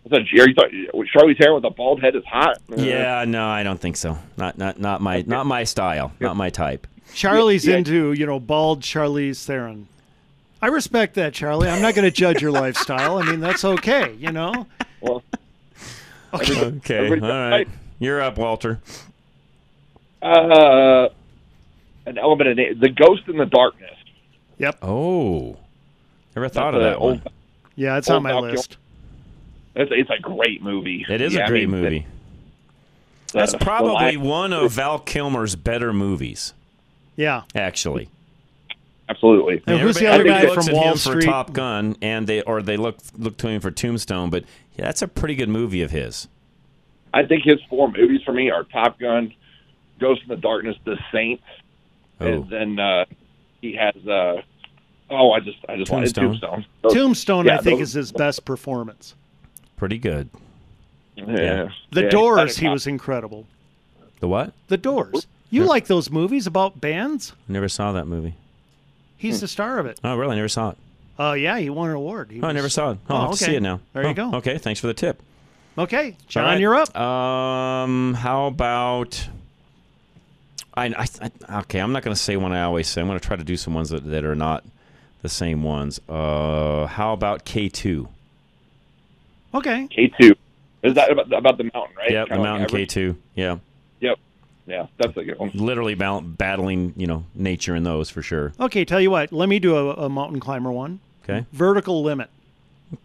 S3: What's that, Jerry? You thought- Charlize Theron with a bald head is hot.
S2: Yeah, no, I don't think so. Not not not my not my style, not my type.
S4: Charlie's into you know bald Charlize Theron. I respect that, Charlie. I'm not going to judge your lifestyle. I mean, that's okay. You know.
S3: Well,
S4: okay.
S2: Okay, all right. You're up, Walter.
S3: Uh, an element of na- the ghost in the darkness.
S4: Yep.
S2: Oh, never thought of
S3: That's a Oh,
S2: that one.
S4: Yeah, it's
S3: Old
S4: on my
S3: Val Kil-
S4: list.
S3: It's, it's a great movie.
S2: It is
S3: Yeah,
S2: a
S3: I
S2: great
S3: mean, uh,
S2: movie.
S3: the-
S2: That's
S3: the
S2: probably
S3: line-
S2: one of Val Kilmer's better movies,
S4: Yeah.
S2: actually. I
S3: Absolutely.
S2: mean,
S4: And who's the
S2: everybody-
S4: other guy
S2: everybody looks
S4: from
S2: at
S4: Wall
S2: him for
S4: Street?
S2: Top Gun, and they or they look look to him for Tombstone, but yeah, that's a pretty good movie of his.
S3: I think his four movies for me are Top Gun, Ghost in the Darkness, The Saints,
S2: Oh.
S3: and then uh, he has. Uh, oh, I just I just wanted
S2: Tombstone.
S3: Tombstone.
S4: Tombstone, I
S3: Yeah,
S4: think,
S3: those-
S4: is his best performance.
S2: Pretty good.
S3: Yeah.
S4: The
S2: Yeah, he's
S4: Doors,
S2: better
S4: he
S2: cop.
S4: was incredible.
S2: The what?
S4: The Doors. You like those movies about bands?
S2: Never saw that movie.
S4: He's
S2: Hmm.
S4: the star of it.
S2: Oh, really? Never saw it.
S4: Oh yeah, he won an award. He
S2: Oh, I
S4: was-
S2: never saw it. Oh, I'll have to
S4: okay.
S2: see it now.
S4: There you
S2: Oh,
S4: go.
S2: Okay, thanks for the tip.
S4: Okay,
S2: All
S4: John,
S2: right.
S4: you're up.
S2: Um, how about? I, I, I okay. I'm not going to say one I always say. I'm going to try to do some ones that, that are not the same ones. Uh, how about K2?
S4: Okay.
S3: K two. Is that about, about the mountain, right?
S2: Yep, the
S3: Kinda like
S2: Mountain
S3: Everest.
S2: K2. Yeah,
S3: Yep. Yeah, that's a good one.
S2: literally ba- battling, you know, nature in those for sure.
S4: Okay, tell you what. Let me do a, a mountain climber one.
S2: Okay.
S4: Vertical limit.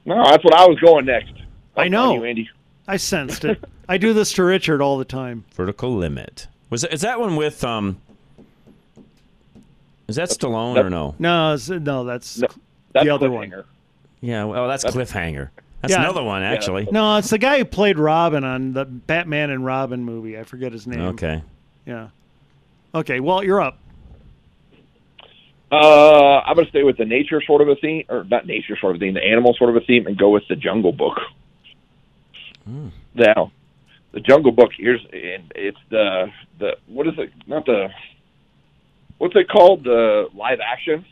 S3: No, that's what I was going next.
S4: I know.
S3: You, Andy.
S4: I sensed it. I do this to Richard all the time.
S2: Vertical limit. Was that- is that one with um? Is that Stallone or no?
S4: No, it's- no, that's,
S3: that's
S4: the other one.
S2: Yeah. Well, that's, Cliffhanger. That's
S4: Yeah.
S2: another one actually.
S4: No, it's the guy who played Robin on the Batman and Robin movie. I forget his name.
S2: Okay.
S4: Yeah. Okay. Well, you're up.
S3: Uh, I'm gonna stay with the nature sort of a theme, or not nature sort of theme, the animal sort of a theme, and go with the Jungle Book.
S4: Hmm.
S3: Now, the Jungle Book here's and it's the the what is it? Not the what's it called? The live action.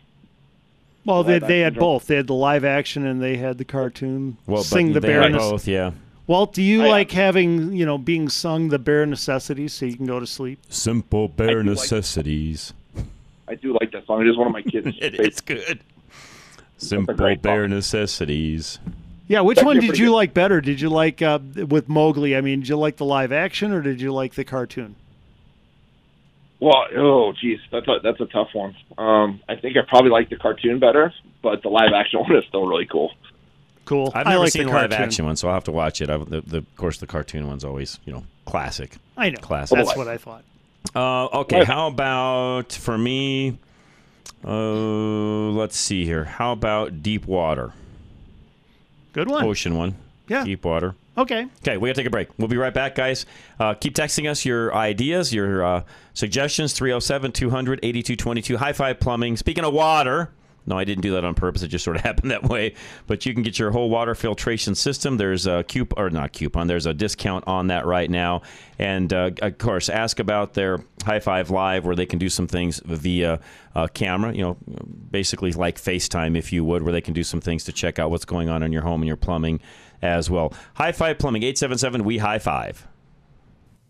S4: Well, they,
S3: Live
S4: they had
S3: action.
S4: both. They had the live action and they had the cartoon.
S2: Well, but
S4: sing the
S2: they
S4: bear.
S2: had
S4: Nece-
S2: both. Yeah.
S4: Walt, do
S3: uh,
S4: you like having you know being sung the bare necessities so you can go to sleep?
S2: Simple bare necessities.
S3: I do like that song. It is one of my kids. it
S2: is good. Simple bare necessities.
S4: Yeah, which
S3: That's
S4: one
S3: pretty
S4: did you
S3: good.
S4: like better? Did you like uh, with Mowgli? I mean, did you like the live action or did you like the cartoon?
S3: Well, oh geez, that's a, that's a tough one. Um, I think I probably like the cartoon better, but the live action one is still really cool.
S4: Cool.
S2: I've
S4: I
S2: never
S4: like
S2: seen
S4: the
S2: live
S4: cartoon.
S2: action one, so I'll have to watch it. I, the, the, of course, the cartoon one's always you know classic.
S4: I know.
S2: Classic.
S4: That's what I thought.
S2: Uh, okay, how about for me? Uh, let's see here. How about deep water?
S4: Good one.
S2: Ocean one.
S4: Yeah.
S2: Deep water.
S4: Okay.
S2: Okay, we gotta take a break. We'll be right back, guys. Uh, keep texting us your ideas, oh your uh, suggestions 307 200 8222. High Five Plumbing. Speaking of water, No, I didn't do that on purpose. It just sort of happened that way. But you can get your whole water filtration system. There's a coupon, or not coupon, there's a discount on that right now. And uh, of course, ask about their High Five Live, where they can do some things via uh, camera, you know, basically like FaceTime, if you would, where they can do some things to check out what's going on in your home and your plumbing as well. High Five Plumbing, 877 We High Five.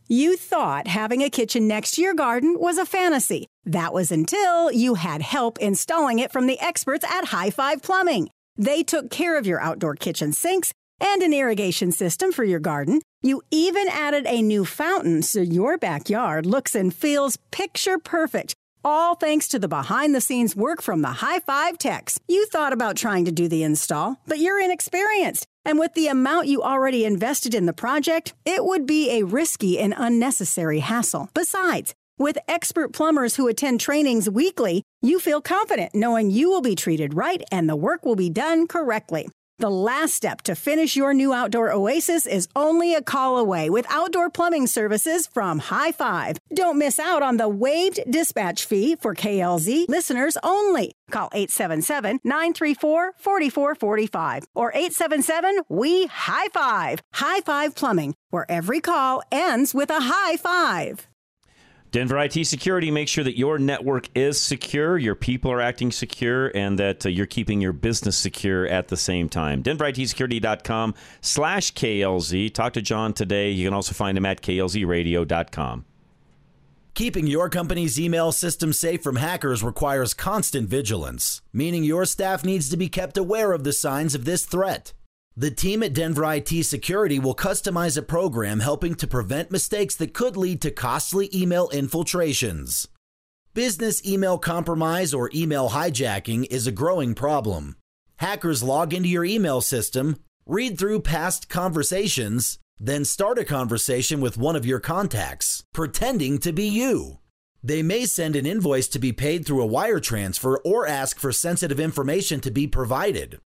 S16: You thought having a kitchen next to your garden was a fantasy. That was until you had help installing it from the experts at High Five Plumbing. They took care of your outdoor kitchen sinks and an irrigation system for your garden. You even added a new fountain so your backyard looks and feels picture perfect. All thanks to the behind the scenes work from the High Five techs. You thought about trying to do the install, but you're inexperienced. And with the amount you already invested in the project, it would be a risky and unnecessary hassle. Besides, with expert plumbers who attend trainings weekly, you feel confident knowing you will be treated right and the work will be done correctly. The last step to finish your new outdoor oasis is only a call away with outdoor plumbing services from High Five. Don't miss out on the waived dispatch fee for KLZ listeners only. Call 877 934 4445 or 877 We High Five. High Five Plumbing, where every call ends with a high five.
S2: Denver IT Security makes sure that your network is secure, your people are acting secure, and that uh, you're keeping your business secure at the same time. DenverITSecurity.com slash KLZ. Talk to John today. You can also find him at KLZRadio.com.
S1: Keeping your company's email system safe from hackers requires constant vigilance, meaning your staff needs to be kept aware of the signs of this threat. The team at Denver IT Security will customize a program helping to prevent mistakes that could lead to costly email infiltrations. Business email compromise or email hijacking is a growing problem. Hackers log into your email system, read through past conversations, then start a conversation with one of your contacts, pretending to be you. They may send an invoice to be paid through a wire transfer or ask for sensitive information to be provided.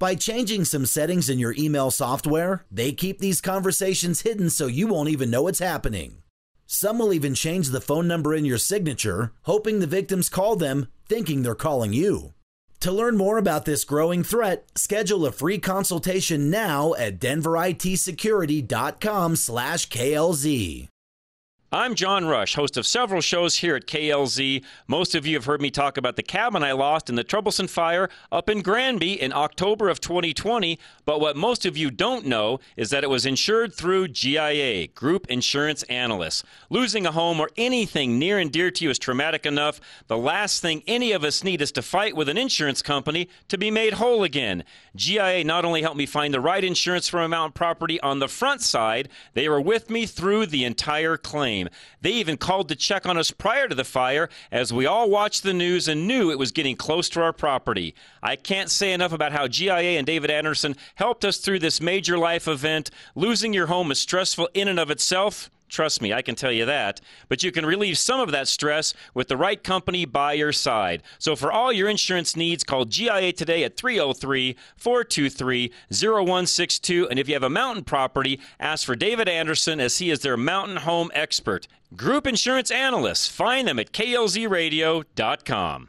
S1: By changing some settings in your email software, they keep these conversations hidden so you won't even know it's happening. Some will even change the phone number in your signature, hoping the victims call them, thinking they're calling you. To learn more about this growing threat, schedule a free consultation now at denveritsecurity.com/klz.
S2: I'm John Rush, host of several shows here at KLZ. Most of you have heard me talk about the cabin I lost in the Troublesome Fire up in Granby in October of 2020, but what most of you don't know is that it was insured through GIA, Group Insurance Analysts. Losing a home or anything near and dear to you is traumatic enough. The last thing any of us need is to fight with an insurance company to be made whole again. GIA not only helped me find the right insurance for my mountain property on the front side, they were with me through the entire claim. They even called to check on us prior to the fire as we all watched the news and knew it was getting close to our property. I can't say enough about how GIA and David Anderson helped us through this major life event. Losing your home is stressful in and of itself. Trust me, I can tell you that. But you can relieve some of that stress with the right company by your side. So for all your insurance needs, call GIA today at 303 423 0162. And if you have a mountain property, ask for David Anderson as he is their mountain home expert. Group insurance analysts. Find them at klzradio.com.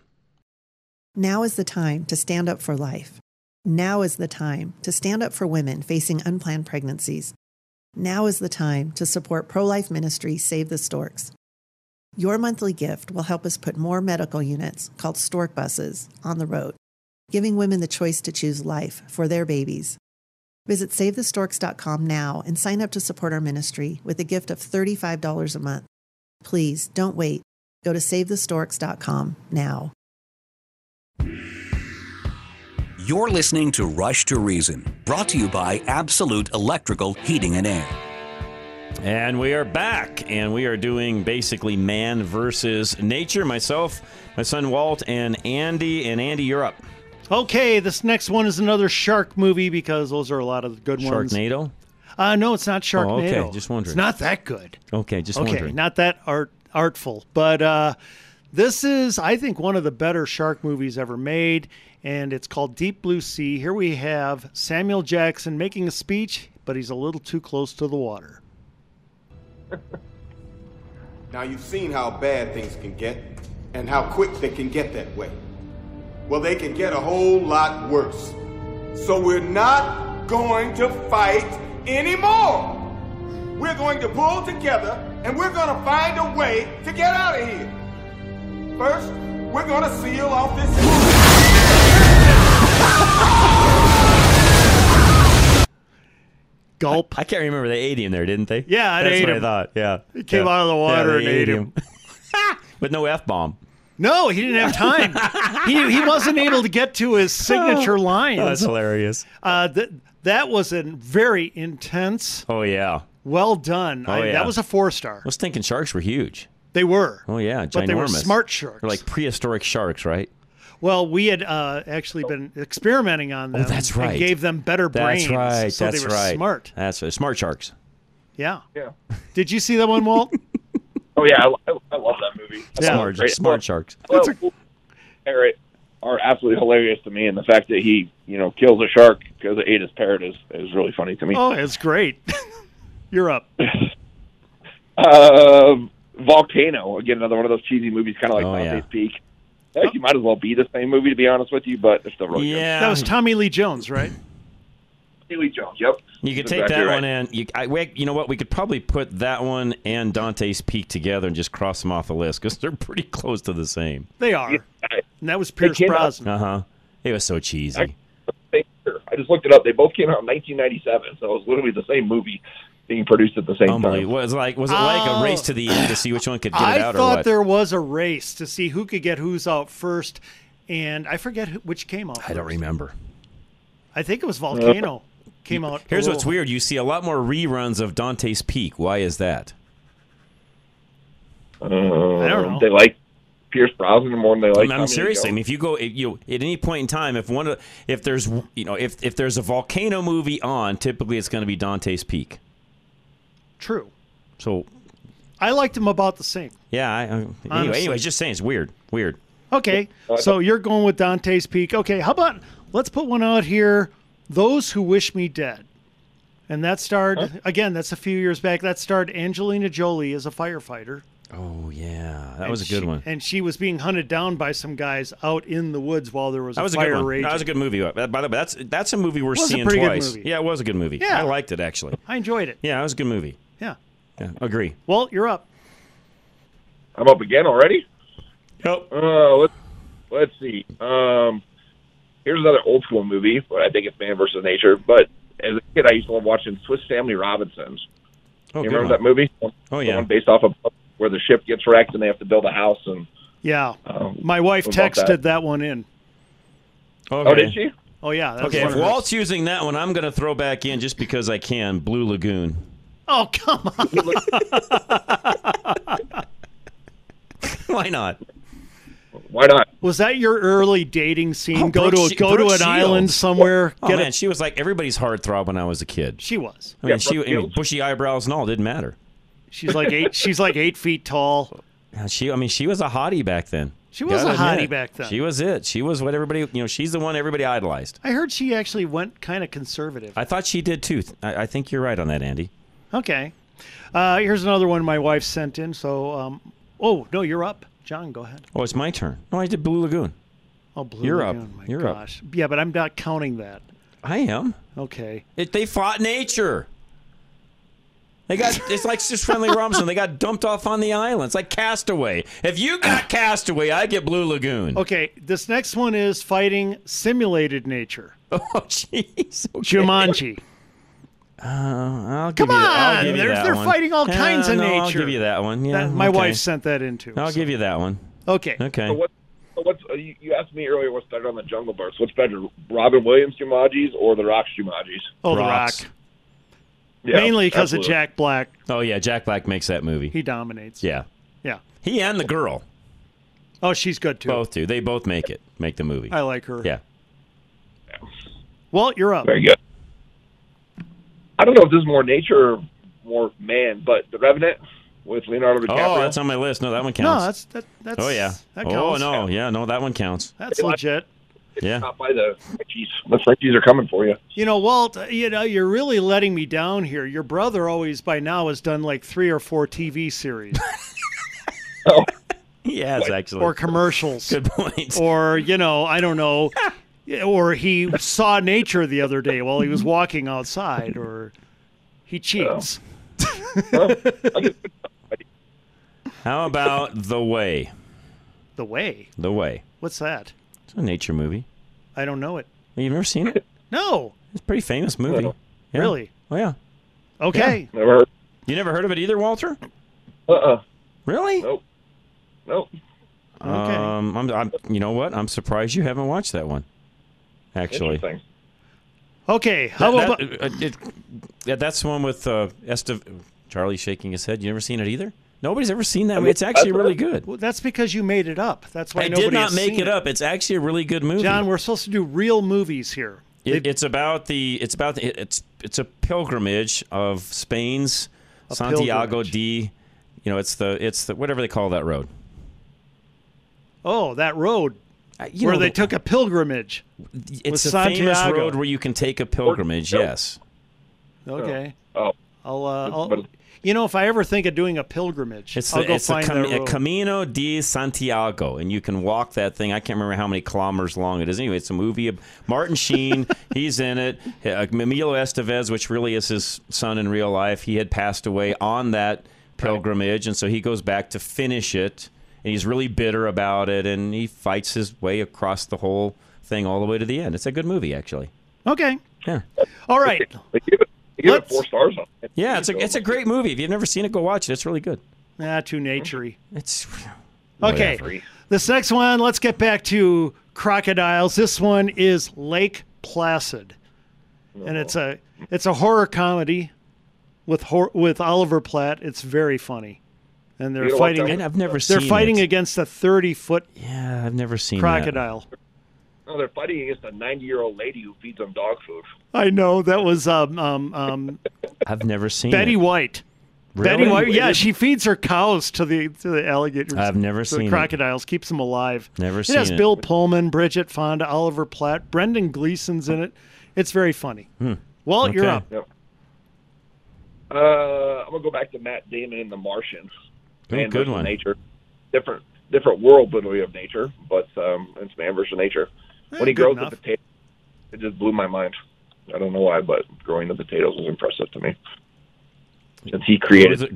S17: Now is the time to stand up for life. Now is the time to stand up for women facing unplanned pregnancies. Now is the time to support pro life ministry Save the Storks. Your monthly gift will help us put more medical units, called stork buses, on the road, giving women the choice to choose life for their babies. Visit SaveTheStorks.com now and sign up to support our ministry with a gift of $35 a month. Please don't wait. Go to SaveTheStorks.com now.
S18: You're listening to Rush to Reason, brought to you by Absolute Electrical Heating and Air.
S2: And we are back, and we are doing basically man versus nature. Myself, my son Walt, and Andy. And Andy, you're up.
S4: Okay, this next one is another shark movie because those are a lot of good ones.
S2: Sharknado?
S4: Uh, no, it's not Sharknado.
S2: Oh, okay, just wondering.
S4: It's not that good.
S2: Okay, just
S4: okay,
S2: wondering.
S4: not that art artful, but uh, this is, I think, one of the better shark movies ever made and it's called Deep Blue Sea. Here we have Samuel Jackson making a speech, but he's a little too close to the water.
S19: now, you've seen how bad things can get and how quick they can get that way.
S20: Well, they can get a whole lot worse. So we're not going to fight anymore. We're going to pull together and we're going to find a way to get out of here. First, we're going to seal off this movie.
S4: Gulp.
S2: I, I, can't remember. They ate him there, didn't they?
S4: Yeah, I
S2: That's
S4: ate
S2: what
S4: him.
S2: I thought. Yeah.
S4: He came
S2: Yeah.
S4: out of the water and
S2: Yeah, they
S4: ate him.
S2: With no F bomb.
S4: No, he didn't have time. he, he wasn't able to get to his signature lines.
S2: Oh, That's hilarious.
S4: Uh, th- that was a very intense.
S2: Oh, yeah.
S4: Well done.
S2: Oh,
S4: I-
S2: yeah.
S4: That was a four star.
S2: I was thinking sharks were huge.
S4: They were.
S2: Oh, yeah.
S4: But they were
S2: ginormous.
S4: smart sharks.
S2: They're like prehistoric sharks, right?
S4: Well, we had uh, actually been experimenting on them.
S2: Oh, that's
S4: And
S2: right.
S4: gave them better brains.
S2: That's right.
S4: So
S2: that's
S4: they were
S2: right.
S4: smart.
S2: That's right. Smart sharks.
S4: Yeah.
S3: Yeah.
S4: Did you see that one, Walt?
S3: Oh yeah, I, I, I love that movie. I thought it was
S2: Smart,
S3: great.
S2: smart sharks.
S3: Well, parrot are absolutely hilarious to me, and the fact that he you know kills a shark because it ate his parrot is is really funny to me.
S4: oh, it's great. You're up.
S3: Uh, Volcano again, another one of those cheesy movies, kind of like
S2: Oh, yeah.
S3: Dante's Peak. Heck, you might as well be the same movie to be honest with you, but it's still really
S2: Yeah.
S4: That was Tommy Lee Jones, right?
S3: good. Haley Jones, yep.
S2: You could
S3: That's
S2: take
S3: exactly
S2: that
S3: right.
S2: one and you, I, we, you know what? We could probably put that one and Dante's Peak together and just cross them off the list because they're pretty close to the same.
S4: They are. And that was
S3: They
S4: Pierce
S3: came out-
S4: Brosnan.
S2: Uh huh. It was so cheesy.
S3: Same year. I just looked it up. They both came out in 1997, so it was literally the same movie being produced at the same time.
S2: Unbelievable. It was like was it like
S4: Oh.
S2: a race to the end to see which one could get
S4: I
S2: it out or
S4: thought
S2: what?
S4: there was a race to see who could get who's out first, and I forget who, which came out.
S2: I don't remember.
S4: I think it
S3: Uh,
S4: was Volcano. Came out. a
S2: Here's
S4: little-
S2: what's weird: you see a lot more reruns of Dante's Peak. Why is that?
S3: I
S4: don't know.
S3: They like Pierce Brosnan more than they like.
S2: I mean,
S3: Tommy
S2: I'm
S3: Lee
S2: seriously. I
S3: Jones.
S2: mean, if you go, if you at any point in time, if one, of- if there's, you know, if if there's a volcano movie on, typically it's going to be Dante's Peak.
S4: True.
S2: So
S4: I liked him about the same.
S2: yeah. I, I, anyway,
S4: Honestly.
S2: anyway, just saying, it's weird. Weird.
S4: Okay,
S3: Uh,
S4: so you're going with Dante's Peak. Okay, how about let's put one out here? Those who wish me dead, and that starred again. That's a few years back. That starred Angelina Jolie as a firefighter.
S2: Oh yeah, that
S4: And
S2: was a good
S4: she-
S2: one.
S4: And she was being hunted down by some guys out in the woods while there was
S2: That
S4: a
S2: was a
S4: fire
S2: good one.
S4: raging.
S2: That was a good movie. Uh, By the way, that's that's a movie we're
S4: It was a
S2: seeing
S4: pretty good
S2: twice.
S4: movie.
S2: Yeah, it was a good movie.
S4: Yeah.
S2: I liked it actually.
S4: I enjoyed it.
S2: Yeah, it was a good movie.
S4: Yeah.
S2: Yeah, agree.
S4: Walt, you're up.
S3: I'm up again already.
S2: Yep.
S3: Uh, let's let's see. Um, here's another old school movie, but I think it's Man versus Nature. But as a kid, I used to love watching Swiss Family Robinsons.
S2: Oh,
S3: you
S2: good
S3: remember
S2: one.
S3: that movie?
S2: Oh
S3: The
S2: yeah.
S3: one based off of where the ship gets wrecked and they have to build a house. And
S4: Yeah,
S3: um,
S4: my wife
S3: what about
S4: texted
S3: that?
S4: that? one in.
S2: Okay.
S3: oh, did she?
S4: Oh yeah. That was
S2: Okay,
S4: one
S2: if
S4: of her-
S2: Walt's using that one, I'm going to throw back in just because I can. Blue Lagoon.
S4: Oh come on.
S2: Why not?
S3: Why not?
S4: Was that your early dating scene?
S2: Oh,
S4: go
S2: Brooke
S4: to a,
S2: Shi-
S4: go to an
S2: Brooke
S4: island
S2: Shields.
S4: somewhere.
S2: Oh
S4: get
S2: man,
S4: a,
S2: she was like everybody's heartthrob when I was a kid.
S4: she was.
S2: I mean,
S3: Yeah,
S2: she
S3: Brooke
S2: I mean,
S3: Shields.
S2: bushy eyebrows and all didn't matter.
S4: She's like eight. She's like eight feet tall.
S2: Yeah, She, I mean, she was a hottie back then.
S4: She was
S2: Gotta
S4: a hottie
S2: admit.
S4: back then.
S2: She was it. She was what everybody, you know, she's the one everybody idolized.
S4: I heard she actually went kind of conservative.
S2: I thought she did too. I, I think you're right on that, Andy.
S4: Okay. Uh, here's another one my wife sent in. So, um, oh no, you're up, John. Go ahead.
S2: Oh, it's my turn. No, I did Blue Lagoon.
S4: Oh, Blue
S2: You're up.
S4: Lagoon, My
S2: You're up.
S4: gosh. Yeah, but I'm not counting that.
S2: I am.
S4: Okay.
S2: It, they fought nature. They got it's like just friendly Robinson. They got dumped off on the island. It's like Castaway. If you got Castaway, I get Blue Lagoon.
S4: Okay. This next one is fighting simulated nature.
S2: Oh jeez. Okay.
S4: Jumanji.
S2: Uh, I'll give
S4: Come
S2: you that. I'll
S4: on,
S2: give you
S4: they're-
S2: that
S4: they're
S2: one.
S4: fighting all
S2: Yeah,
S4: kinds of
S2: no, I'll
S4: nature.
S2: give you that one. Yeah,
S4: That- my
S2: okay.
S4: wife sent that in too.
S2: I'll
S4: so-
S2: give you that one.
S4: Okay.
S2: Okay.
S3: So what? so What's uh, you, you asked me earlier? What's better on the Jungle Book? What's better, Robin Williams Jumanji's or The Rock's Jumanji's?
S4: Oh,
S2: Rocks.
S4: The Rock.
S3: Yeah,
S4: Mainly because of
S3: absolutely.
S4: Jack Black.
S2: Oh yeah, Jack Black makes that movie.
S4: He dominates.
S2: yeah,
S4: Yeah.
S2: he and the girl
S4: Oh, she's good too.
S2: both do. They both make it. Make the movie.
S4: I like her.
S2: Yeah.
S4: Walt, you're up.
S3: Very good. I don't know if this is more nature or more man, but The Revenant with Leonardo DiCaprio.
S2: Oh, that's on my list. No, that one
S4: No,
S2: counts.
S4: that's that. That's.
S2: oh yeah.
S4: That
S2: oh
S4: counts.
S2: no, yeah, no, that one counts.
S4: That's legit.
S2: Yeah.
S3: Not by the Frenchies. The Frenchies are coming for you.
S4: You know, Walt. uh, You know, you're really letting me down here. Your brother always by now has done like three or four TV series.
S3: Oh,
S2: Yes, actually.
S4: Or commercials.
S2: Good point.
S4: Or, you know, I don't know. or he saw nature the other day while he was walking outside, or
S2: Oh.
S4: he cheats.
S2: How about The Way?
S4: The Way?
S2: The Way.
S4: What's that?
S2: It's a nature movie.
S4: I don't know it.
S2: You've never seen it?
S4: No.
S2: It's a pretty famous movie. Yeah.
S4: Really?
S2: Oh, yeah.
S4: Okay.
S2: Yeah. Never heard. You never heard of it either, Walter?
S3: Uh-uh.
S2: Really?
S3: Nope. Nope.
S2: Okay. Um, I'm, I'm, you know what? I'm surprised you haven't watched that one. Actually.
S4: Okay. How
S2: That-
S4: about
S2: that- uh, it- yeah, that's the one with uh, Esteve- Charlie shaking his head. You never seen it either? Nobody's ever seen that.
S4: I
S2: one.
S4: mean,
S2: it's actually
S4: that's-
S2: really good.
S4: Well, that's because you made it up. That's why
S2: I
S4: nobody
S2: did not
S4: has
S2: make
S4: seen
S2: it up. It's actually a really good movie.
S4: John, we're supposed to do real movies here.
S2: It, it's about the it's about the, it's it's a pilgrimage of Spain's
S4: A
S2: Santiago de you know it's the it's the whatever they call that road.
S4: Oh, that road
S2: Uh, you
S4: where
S2: know,
S4: they
S2: the-
S4: took a pilgrimage.
S2: It's
S4: with
S2: a
S4: Santiago.
S2: famous road where you can take a pilgrimage. Yes.
S4: Okay.
S3: Oh.
S4: I'll, uh, I'll, you know, if I ever think of doing a pilgrimage,
S2: It's
S4: I'll
S2: the,
S4: go
S2: it's the
S4: find
S2: Cam-
S4: that road.
S2: Camino de Santiago, and you can walk that thing. I can't remember how many kilometers long it is. Anyway, it's a movie. of Martin Sheen, he's in it. Uh, Emilio Estevez, which really is his son in real life, he had passed away on that pilgrimage, and so he goes back to finish it, and he's really bitter about it, and he fights his way across the whole thing all the way to the end. It's a good movie, actually.
S4: okay.
S2: Yeah.
S4: All right.
S3: They give it, they give it four stars on it.
S2: Yeah, it's a it's a great movie. If you've never seen it, go watch it. It's really good.
S4: Nah, too naturey.
S2: It's Oh,
S4: okay. This next one, let's get back to crocodiles. This one is Lake Placid, and it's a it's a horror comedy with hor- with Oliver Platt. It's very funny, and they're
S2: You know what,
S4: fighting.
S2: that- I've never
S4: they're
S2: seen
S4: fighting
S2: it.
S4: against a thirty foot
S2: Yeah, I've never seen that.
S4: crocodile.
S3: No, they're fighting against a 90 year old lady who feeds them dog food.
S4: I know that was um um, um
S2: I've never seen
S4: Betty
S2: it.
S4: White.
S2: Really?
S4: Betty White, yeah,
S2: Really?
S4: she feeds her cows to the to the alligators.
S2: I've never
S4: to
S2: seen
S4: the
S2: it.
S4: crocodiles. Keeps them alive.
S2: Never
S4: it
S2: seen
S4: has
S2: it.
S4: Bill Pullman, Bridget Fonda, Oliver Platt, Brendan Gleeson's in it. It's very funny.
S2: Hmm.
S4: Well, you're
S2: Okay.
S4: up.
S3: Yep. Uh, I'm gonna go back to Matt Damon in The Martian.
S2: Ooh,
S3: Man
S2: good
S3: versus
S2: one.
S3: Nature, different different world, but we of nature. But um, it's man versus nature.
S4: Eh,
S3: when he
S4: good
S3: grows
S4: enough.
S3: the potato, it just blew my mind. I don't know why, but growing the potatoes was impressive to me. Since he created,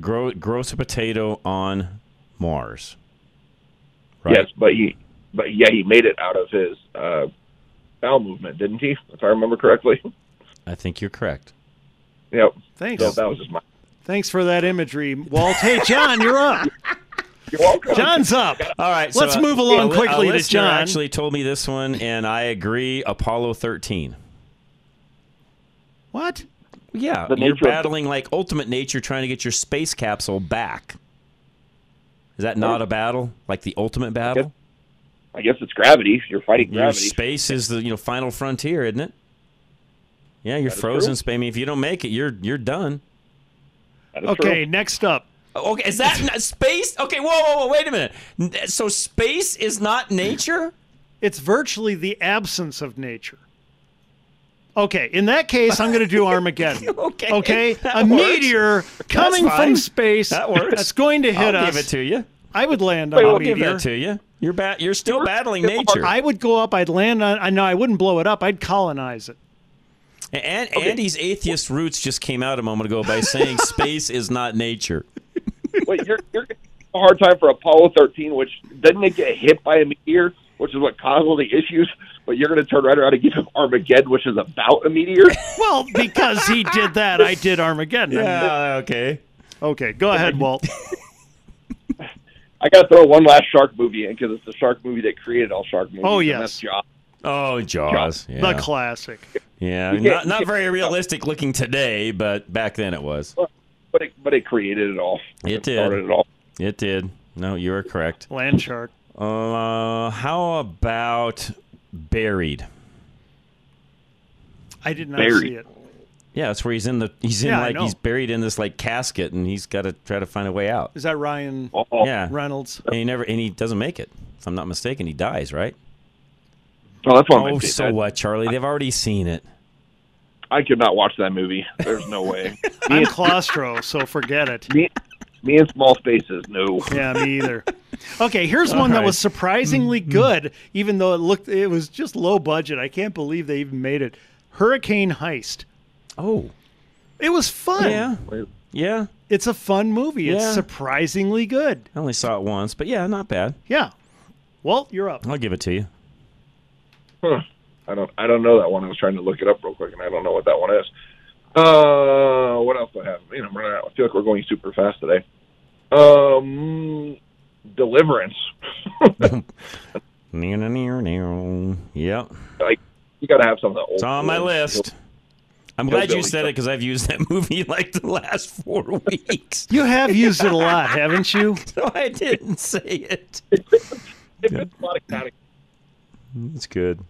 S2: grows, grow, grows a potato on Mars.
S3: yes, but he, but yeah, he made it out of his uh, bowel movement, didn't he? If I remember correctly.
S2: I think you're correct.
S3: yep.
S4: Thanks.
S3: So that was just my.
S4: Thanks for that imagery, Walt. Hey, John, you're up.
S3: You're welcome.
S4: John's up.
S2: All right,
S4: let's
S2: so, uh,
S4: move along
S2: a li- a
S4: quickly to
S2: listener
S4: John.
S2: Actually, told me this one, and I agree. Apollo 13.
S4: What?
S2: Yeah,
S4: The
S2: you're
S4: nature of-
S2: battling like ultimate nature, trying to get your space capsule back. Is that not a battle? Like the ultimate battle?
S3: I guess it's gravity. You're fighting
S2: Your
S3: gravity.
S2: space is the you know final frontier, isn't it? Yeah, you're
S3: That is
S2: frozen.
S3: true.
S2: Space. I mean, if you don't make it, you're you're done.
S4: Okay, next up.
S2: Oh, Okay, is that not space? Okay, whoa, whoa, whoa, wait a minute. N- So space is not nature?
S4: It's virtually the absence of nature. Okay, in that case, I'm going to do Armageddon. okay. Okay, a
S2: works.
S4: meteor coming
S2: That's fine.
S4: from space
S2: That works.
S4: that's going to hit
S2: I'll
S4: us. uh,
S2: give it to you.
S4: I would land on
S2: I'll
S4: a meteor.
S2: give that to you. You're ba- You're still battling nature.
S4: I
S2: And,
S4: would go up. I'd land on. I know I wouldn't blow it up. I'd colonize it.
S2: and Andy's atheist roots just came out a moment ago by saying space is not nature.
S3: Wait, you're you're giving a hard time for Apollo 13, which doesn't it get hit by a meteor, which is what caused all the issues. But you're going to turn right around and give him Armageddon, which is about a meteor.
S4: Well, because he did that, I did Armageddon. I mean,
S2: okay.
S4: Okay, go ahead, Walt.
S3: I got to throw one last shark movie in because it's the shark movie that created all shark movies.
S4: Oh,
S3: and
S4: yes.
S3: that's Jaws.
S2: Oh, Jaws. Yeah.
S4: The classic.
S2: yeah.
S3: You
S2: Not,
S3: can't-
S2: not very realistic looking today, but back then it was.
S3: But it but it created it all.
S2: It
S3: started
S2: did.
S3: it all.
S2: It did. No, you are correct.
S4: Land shark.
S2: Uh, how about buried?
S4: I did not
S2: Buried.
S4: see it.
S2: Yeah, that's where he's in the he's in
S4: Yeah, I
S2: like
S4: know.
S2: he's buried in this like casket, and he's got to try to find a way out.
S4: Is that Ryan
S3: Oh.
S2: Yeah,
S4: Reynolds?
S2: and he never and he doesn't make it. If I'm not mistaken, he dies, right?
S3: Oh, that's what I'm
S2: Oh,
S3: gonna say.
S2: so
S3: That-
S2: what, Charlie? They've already seen it.
S3: I could not watch that movie. There's no way. me,
S4: I'm
S3: and,
S4: claustro, so forget it.
S3: me, me in small spaces. No.
S4: Yeah, me either. Okay, here's
S2: All
S4: one that
S2: right.
S4: was surprisingly
S2: Mm, mm.
S4: good, even though it looked it was just low budget. I can't believe they even made it. Hurricane Heist.
S2: Oh,
S4: it was fun.
S2: Yeah. Yeah.
S4: It's a fun movie.
S2: Yeah.
S4: It's surprisingly good.
S2: I only saw it once, but yeah, not bad.
S4: Yeah. Walt, you're up.
S2: I'll give it to you.
S3: Huh. I don't I don't know that one. I was trying to look it up real quick, and I don't know what that one is. Uh, what else do I have? You know, I'm running out. I feel like we're going super fast today. Um, Deliverance.
S2: Near, near, near. Yep.
S3: Like you got to have something old.
S2: It's on my list. I'm glad you
S3: Hillbilly
S2: said it because I've used that movie like the last four weeks.
S4: You have used it a lot, haven't you?
S2: No, I didn't say it. That's good.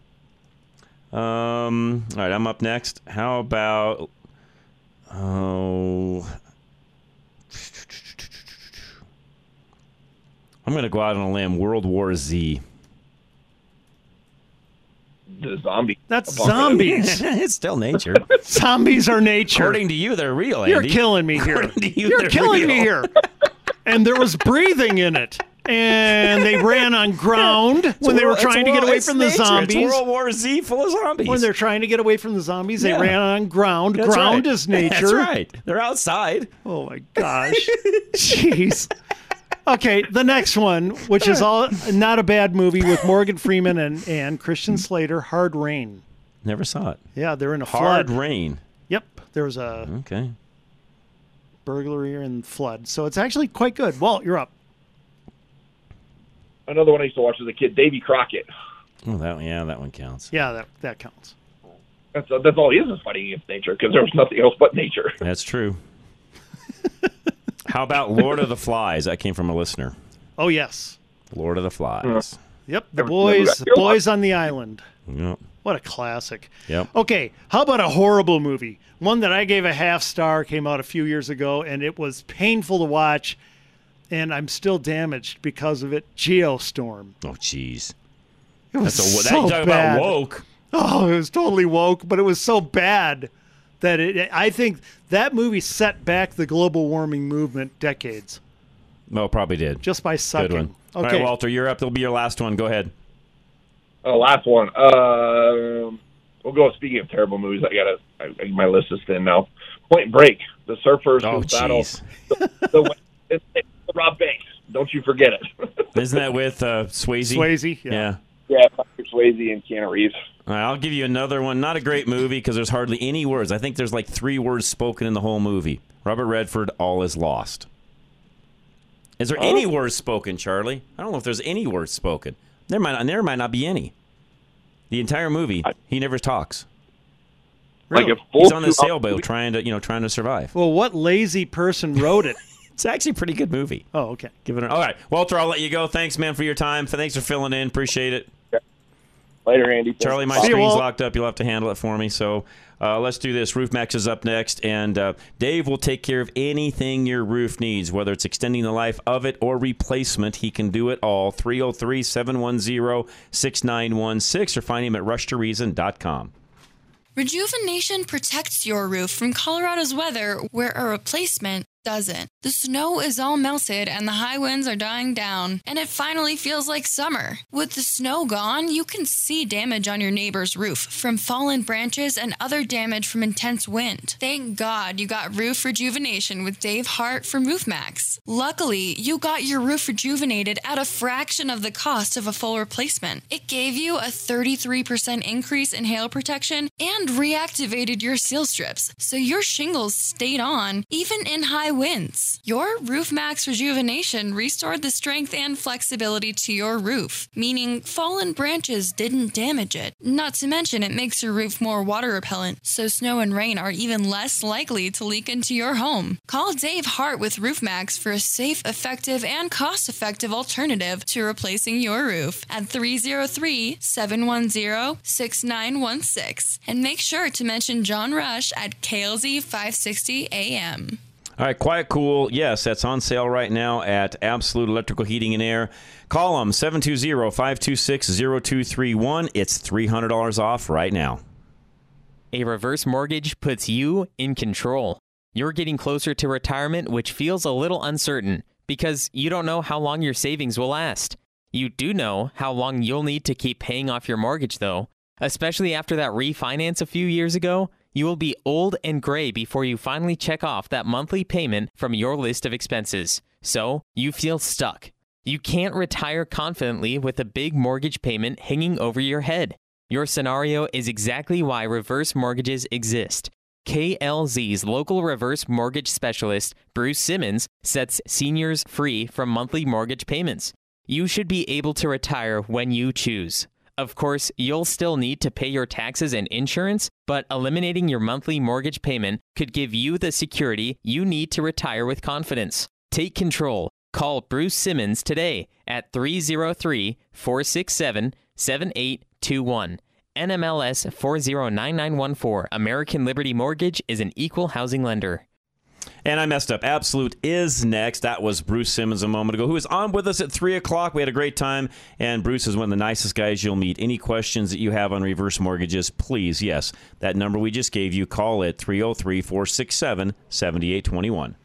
S2: Um, all right, I'm up next. How about oh, I'm gonna go out on a limb. World War Z.
S3: The zombie.
S4: That's zombies.
S2: it's still nature.
S4: Zombies are nature.
S2: According to you, they're real.
S4: You're
S2: Andy.
S4: killing me here.
S2: According to you,
S4: you,
S2: they're
S4: are killing me
S2: real.
S4: here. And there was breathing in it. And they ran on ground when they were
S2: It's
S4: trying to
S2: world-
S4: get away
S2: it's
S4: from the
S2: nature. It's
S4: zombies.
S2: World War Z full of zombies.
S4: When they're trying to get away from the zombies, they
S2: Yeah.
S4: ran on ground.
S2: That's
S4: ground
S2: right.
S4: is nature.
S2: That's right. They're outside.
S4: Oh my gosh. Jeez. Okay, the next one, which is all not a bad movie with Morgan Freeman and, and Christian Slater, Hard Rain.
S2: Never saw it.
S4: Yeah, they're in a
S2: Hard
S4: flood.
S2: rain.
S4: Yep, there was a
S2: Okay.
S4: burglary and flood. So it's actually quite good. Walt, you're up.
S3: Another one I used to watch as a kid, Davy Crockett.
S2: Oh, that yeah, that one counts.
S4: Yeah, that that counts.
S3: That's that's all he is is fighting against nature because there was nothing else but nature.
S2: That's true. How about Lord of the Flies? That came from a listener.
S4: Oh yes.
S2: Lord of the Flies.
S4: Yep, the boys, the boys on the island.
S2: Yep.
S4: What a classic.
S2: Yep.
S4: Okay, how about a horrible movie? One that I gave a half star came out a few years ago, and it was painful to watch, and I'm still damaged because of it. Geostorm.
S2: Oh, jeez.
S4: It was
S2: That's a- that-
S4: so
S2: you talk about
S4: bad.
S2: woke.
S4: Oh, it was totally woke, but it was so bad that it. I think that movie set back the global warming movement decades
S2: Well, probably did.
S4: just by sucking.
S2: Good one. All
S4: Okay,
S2: right, Walter, you're up. That'll be your last one. Go ahead.
S3: Uh, last one. Um, we'll go. Speaking of terrible movies, I got I, I- my list is thin now. Point Break, The Surfers,
S2: Oh,
S3: who battle,
S2: jeez.
S3: the, the, it's- it's Rob Banks. Don't you forget it.
S2: Isn't that with uh, Swayze?
S4: Swayze, yeah.
S3: yeah, Patrick Swayze and Keanu Reeves.
S2: All right, I'll give you another one. Not a great movie because there's hardly any words. I think there's like three words spoken in the whole movie. Robert Redford, All is Lost. Is there any words spoken, Charlie? I don't know if there's any words spoken. There might, there might not be any. The entire movie, he never talks.
S3: Like Really? a full
S2: He's on the
S3: two-hour
S2: sailboat trying to, you know, trying to survive.
S4: Well, what lazy person wrote it?
S2: it's actually a pretty good movie.
S4: Oh, okay.
S2: Give it. An, all right, Walter, I'll let you go. Thanks, man, for your time. Thanks for filling in. Appreciate it.
S3: Later, Andy.
S2: Charlie, my
S3: Bye.
S2: screen's locked up. You'll have to handle it for me. So uh, let's do this. Roof Max is up next, and uh, Dave will take care of anything your roof needs, whether it's extending the life of it or replacement. He can do it all. 303 710 6916 or find him at rushtoreason.com.
S21: Rejuvenation protects your roof from Colorado's weather where a replacement doesn't. The snow is all melted and the high winds are dying down, and it finally feels like summer. With the snow gone, you can see damage on your neighbor's roof from fallen branches and other damage from intense wind. Thank God you got roof rejuvenation with Dave Hart from RoofMax. Luckily, you got your roof rejuvenated at a fraction of the cost of a full replacement. It gave you a 33% increase in hail protection and reactivated your seal strips, so your shingles stayed on even in high winds. Your RoofMax rejuvenation restored the strength and flexibility to your roof, meaning fallen branches didn't damage it. Not to mention, it makes your roof more water repellent, so snow and rain are even less likely to leak into your home. Call Dave Hart with RoofMax for a safe, effective, and cost effective alternative to replacing your roof at 303 710 6916. And make sure to mention John Rush at KLZ 560 AM.
S2: All right, Quiet Cool. Yes, that's on sale right now at Absolute Electrical Heating and Air. Call them 720 526 0231. It's $300 off right now.
S22: A reverse mortgage puts you in control. You're getting closer to retirement, which feels a little uncertain, because you don't know how long your savings will last. You do know how long you'll need to keep paying off your mortgage, though. Especially after that refinance a few years ago, you will be old and gray before you finally check off that monthly payment from your list of expenses. So, you feel stuck. You can't retire confidently with a big mortgage payment hanging over your head. Your scenario is exactly why reverse mortgages exist. KLZ's local reverse mortgage specialist, Bruce Simmons, sets seniors free from monthly mortgage payments. You should be able to retire when you choose. Of course, you'll still need to pay your taxes and insurance, but eliminating your monthly mortgage payment could give you the security you need to retire with confidence. Take control. Call Bruce Simmons today at 303 467 7821. NMLS 409914. American Liberty Mortgage is an equal housing lender.
S2: And I messed up. Absolute is next. That was Bruce Simmons a moment ago, who was on with us at 3 o'clock. We had a great time, and Bruce is one of the nicest guys you'll meet. Any questions that you have on reverse mortgages, please, yes, that number we just gave you, call it 303 467 7821.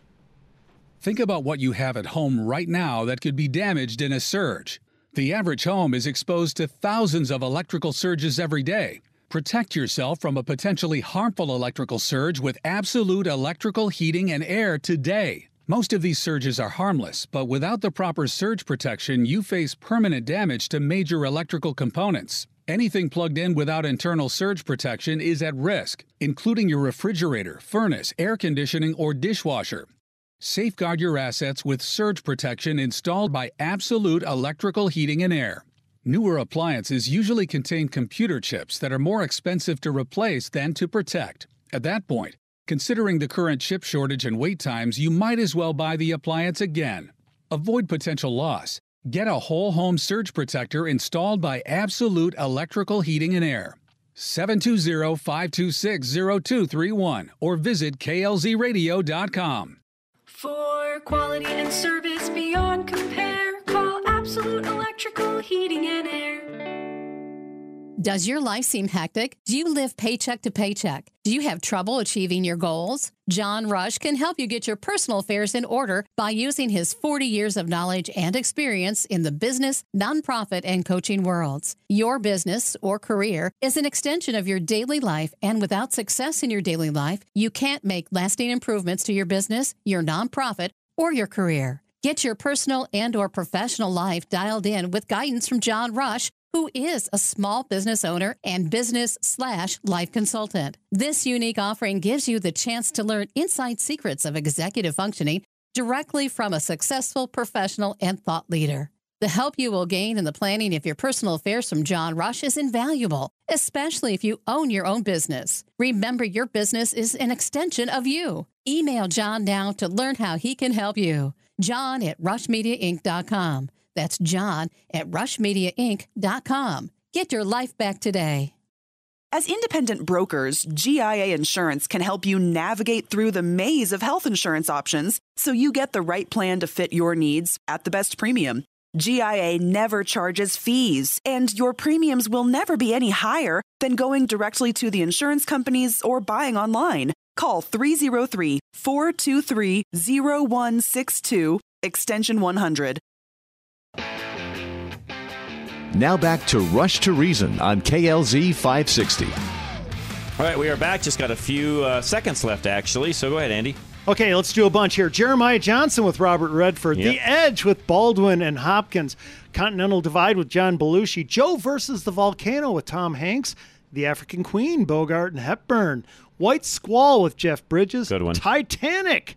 S23: Think about what you have at home right now that could be damaged in a surge. The average home is exposed to thousands of electrical surges every day. Protect yourself from a potentially harmful electrical surge with absolute electrical heating and air today. Most of these surges are harmless, but without the proper surge protection, you face permanent damage to major electrical components. Anything plugged in without internal surge protection is at risk, including your refrigerator, furnace, air conditioning, or dishwasher. Safeguard your assets with surge protection installed by Absolute Electrical Heating and Air. Newer appliances usually contain computer chips that are more expensive to replace than to protect. At that point, considering the current chip shortage and wait times, you might as well buy the appliance again. Avoid potential loss. Get a whole home surge protector installed by Absolute Electrical Heating and Air. 720 526 0231 or visit klzradio.com.
S6: For quality and service beyond compare, call Absolute Electrical Heating and Air.
S24: Does your life seem hectic? Do you live paycheck to paycheck? Do you have trouble achieving your goals? John Rush can help you get your personal affairs in order by using his 40 years of knowledge and experience in the business, nonprofit, and coaching worlds. Your business or career is an extension of your daily life, and without success in your daily life, you can't make lasting improvements to your business, your nonprofit, or your career. Get your personal and or professional life dialed in with guidance from John Rush who is a small business owner and business slash life consultant. This unique offering gives you the chance to learn inside secrets of executive functioning directly from a successful professional and thought leader. The help you will gain in the planning of your personal affairs from John Rush is invaluable, especially if you own your own business. Remember, your business is an extension of you. Email John now to learn how he can help you. John at rushmediainc.com. That's John at rushmediainc.com. Get your life back today.
S19: As independent brokers, GIA Insurance can help you navigate through the maze of health insurance options so you get the right plan to fit your needs at the best premium. GIA never charges fees, and your premiums will never be any higher than going directly to the insurance companies or buying online. Call 303 423 0162, extension 100.
S12: Now back to Rush to Reason on KLZ 560.
S2: All right, we are back. Just got a few uh, seconds left, actually. So go ahead, Andy.
S4: Okay, let's do a bunch here. Jeremiah Johnson with Robert Redford. Yep. The Edge with Baldwin and Hopkins. Continental Divide with John Belushi. Joe versus the Volcano with Tom Hanks. The African Queen, Bogart and Hepburn. White Squall with Jeff Bridges.
S2: Good one.
S4: Titanic.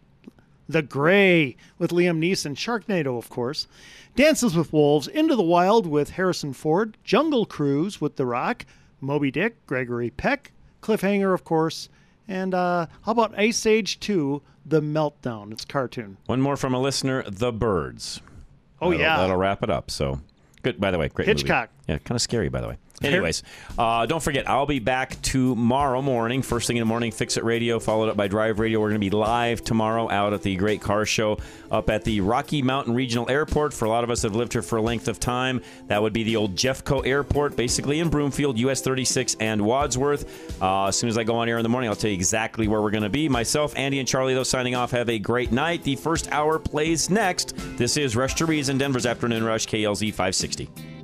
S4: The Gray with Liam Neeson. Sharknado, of course. Dances with Wolves, Into the Wild with Harrison Ford, Jungle Cruise with The Rock, Moby Dick, Gregory Peck, Cliffhanger, of course, and uh, how about Ice Age 2, The Meltdown? It's cartoon.
S2: One more from a listener, The Birds.
S4: Oh,
S2: that'll,
S4: yeah.
S2: That'll wrap it up. So good, by the way. Great
S4: Hitchcock.
S2: Movie. Yeah, kind of scary, by the way. Anyways, uh, don't forget, I'll be back tomorrow morning, first thing in the morning, Fix It Radio, followed up by Drive Radio. We're going to be live tomorrow out at the Great Car Show up at the Rocky Mountain Regional Airport. For a lot of us that have lived here for a length of time, that would be the old Jeffco Airport, basically in Broomfield, US 36 and Wadsworth. Uh, as soon as I go on air in the morning, I'll tell you exactly where we're going to be. Myself, Andy, and Charlie, though, signing off. Have a great night. The first hour plays next. This is Rush to Reason, Denver's Afternoon Rush, KLZ 560.